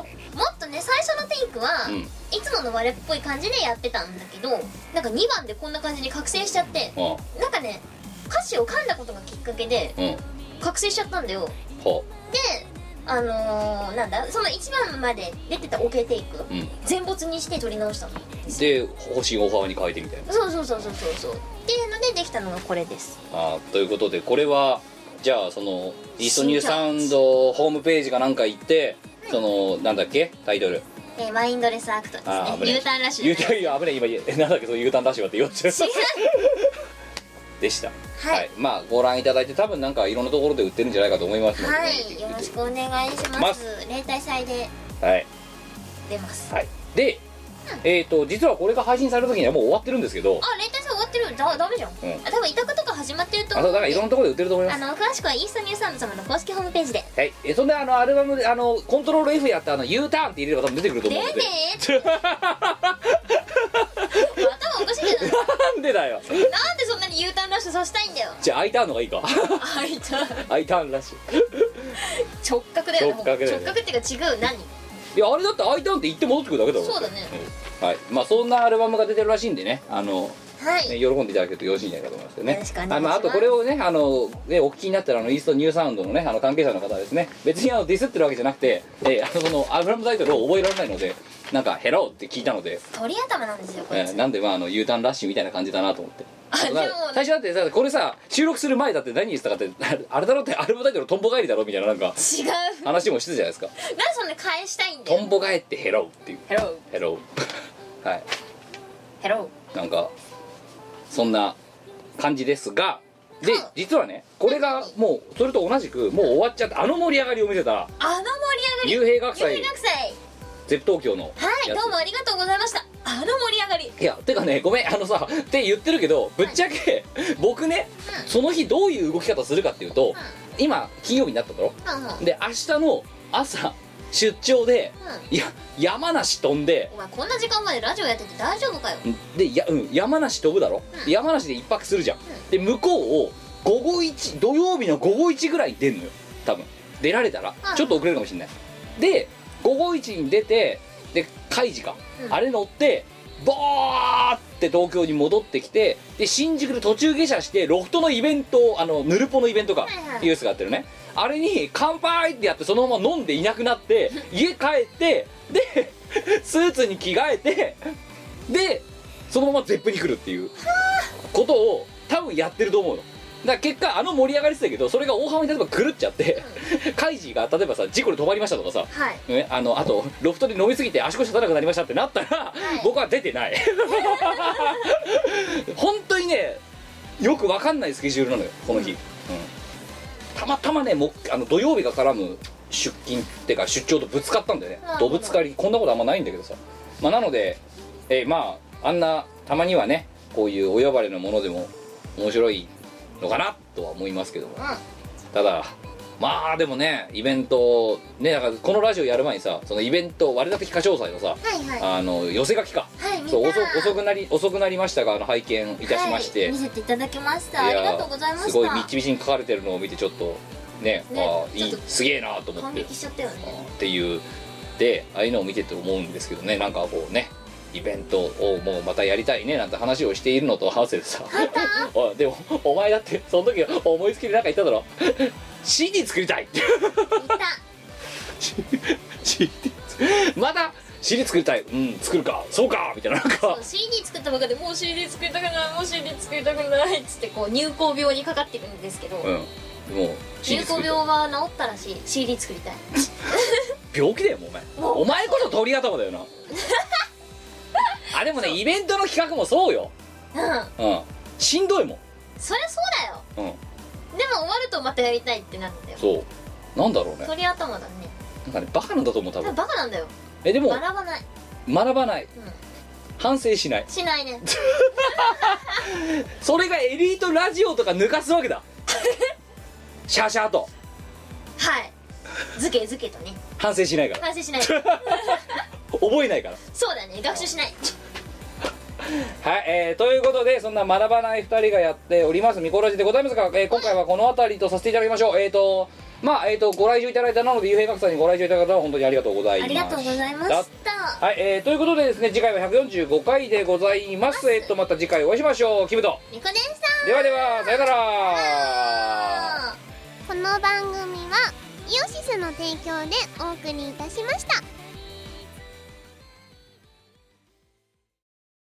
かもっとね最初のテイクは、
うん
いつもの我っぽい感じでやってたんだけどなんか2番でこんな感じに覚醒しちゃって
うん
なんかね歌詞を噛んだことがきっかけで
うん
覚醒しちゃったんだよ
ほ
であのー、なんだその1番まで出てたオケテイク
ううん
全没にして撮り直したの
で星をオファーに変えてみたいな
そうそうそうそうそうそうっていうのでできたのがこれです
あーということでこれはじゃあそのイーストニューサウンドホームページかなんか行ってそのなんだっけタイトル
えーマインドレスアクトです
あ
ね
ー危ねえ
U ターンラッシュ
言う
じゃ
た
ない
いや危ねえ今言ええなんだっけその U ターンダッシュはって言っちゃうでした
*laughs* はい
まあご覧いただいて多分なんかいろんなところで売ってるんじゃないかと思いますので
はいよろしくお願いします
ます
例大祭で
はい、
出ますあ
はい、で、えっ、と実はこれが配信される時にはもう終わってるんですけど
例大祭終わってるだダメじゃん、
ん
あ多分委託とか始まってると
あ
思
と
う
だからいろんなところで売ってると思います
あの詳しくはイーストニューサンド様の公式ホームページで
はい、えそんであのアルバムであのコントロール F やったあの U ターンって入れれば多分出てくると
出
思う
ね
ので
えって *laughs* 頭おかしいんじゃない
なんでだよ
なんでそんなに U ターンラッシュさせたいんだよ
じゃあ I ターンの方がいいか *laughs*
あいた
I ターンらしい
直角だよね
直角だよね
直角っていうか違う何
いやあれだって I ターンって行って戻ってくるだけだろ
そうだね
うんはいまあそんなアルバムが出てるらしいんでねあの
は
ね
い
喜んでいただけるとよろしいんじゃないかと思いますけどね
よろしくお願いします
あまああとこれをねあのねお聞きになったらあのイーストニューサウンドのねあの関係者の方はですね別にあのディスってるわけじゃなくて、えーあのそのアルバムタイトルを覚えられないのでなんか「ヘロー」って聞いたので
鳥頭なんですよこい
え
つ、
ーなんでまああの U ターンラッシュみたいな感じだなと思って
あでも
まあ最初だってさこれさ収録する前だって何言ってたかってあれだろってアルバムタイトル「トンボ帰り」だろみたいな
*laughs*
なんか
違うなんで
話もしてたじゃないですか
そんな返したい
「
んだよ
トンボ帰ってヘロー」っていう
ヘロー
ヘロー *laughs* はい
ヘロ
なんかそんな感じですがで
うん
実はねこれがもうそれと同じくもう終わっちゃったあの盛り上がりを見せた
ーあの盛り上がり
幽閉学
幽
祭
閉学祭
ゼプ東京の
はい
や
どう
つ
もありがとうございましたあの盛り上がり
いやてかねごめんあのさって言ってるけどぶっちゃけ、僕ね、
うん
その日どういう動き方するかっていうと、今金曜日になっただろ
うんうん
で明日の朝出張で、いや山梨飛んで
お前こんな時間までラジオやってて大丈夫かよ
でや、うん、山梨飛ぶだろ、
うん
で山梨で一泊するじゃん、で向こうを午後一土曜日の午後一ぐらいに出んのよ多分出られたら、
うん
ちょっと遅れるかもしれないで午後一に出てで海事か、
うん
あれ乗ってボーって東京に戻ってきてで新宿で途中下車してロフトのイベントあのヌルポのイベントか、
いはい
ユースがやってるねあれに「乾杯!」ってやってそのまま飲んでいなくな
*laughs*
って家帰ってでスーツに着替えてでそのままゼップに来るっていうことを多分やってると思うのだから結果あの盛り上がりしてたけどそれが大幅に例えば狂っちゃって、カイジが例えばさ事故で止まりましたとかさ、
はい
ね、あのあとロフトで飲みすぎて足腰立たなくなりましたってなったら、僕は出てない *laughs* 本当にねよくわかんないスケジュールなのよこの日、うんたまたまねもあの土曜日が絡む出勤っていうか出張とぶつかったんだよね
なるほ
ど
ど
ぶつかりこんなことあんまないんだけどさ、まあ、なので、えーまああんなたまにはねこういうお呼ばれのものでも面白いのかなとは思いますけども、ただまあでもねイベントねだからこのラジオやる前にさそのイベント割り立て企画詳細のさ、
はいはい
あの寄せ書きか、
はいみんな
そう遅遅くなり遅くなりましたがあの拝見いたしまして、
はい、見せていただきまし
い
たあり
や
がとうございました
すごいみっちみちに書かれてるのを見てちょっとね
ね
ああい
ち
い
ょっと
すげえなと思っ
感
て
激しちゃったよ
あ
ね
あっていうでああいうのを見てて思うんですけどねなんかこうねイベントをもうまたやりたいねなんて話をしているのと合わせてさお *laughs* いでもお前だってその時思いつきでなんか言っただろ CD 作りたいって
い
*laughs*
た
CD また CD 作りたいうん作るかそうかみたいななんか
そう CD 作ったばっかでもう CD 作りたくないもう CD 作りたくないっつってこう乳口病にかかってるんですけど、
うんもう
乳
CD
口
作り
病
たい
は治ったらしい CD 作りたい
病気だよもうお前お前こそ鳥頭 *laughs* だよなあでもねイベントの企画もそうよ
うん
うんしんどいも
そりゃそうだよ
んうん
でも終わるとまたやりたいってなるんだよ
そうなんだろうね
鳥頭だね
なんかねバカなんだと思う多
多
分
分バカなんだよ
えでも
学ばない
学ばない、
ん
反省しない
しな
*laughs*
いね
それがエリートラジオとか抜かすわけ
*laughs*
だシャーシャーと
はいずけずけとね
反省しないから
反省しない
覚えないから
そうだね学習しない
はい、えーということでそんな学ばない2人がやっておりますミコラジでございますが、えー今回はこの辺りとさせていただきましょうえっ、とまあえっ、とご来場いただいたなので幽閉学さんにご来場いただいた方は本当にありがとうございま
あ
す
りがとうございま
だ
した
はい、えーということでですね次回は145回でございますえっ、とまた次回お会いしましょうキムト
みこね
ではではさよなら
さん
この番組はイオシスの提供でお送りいたしました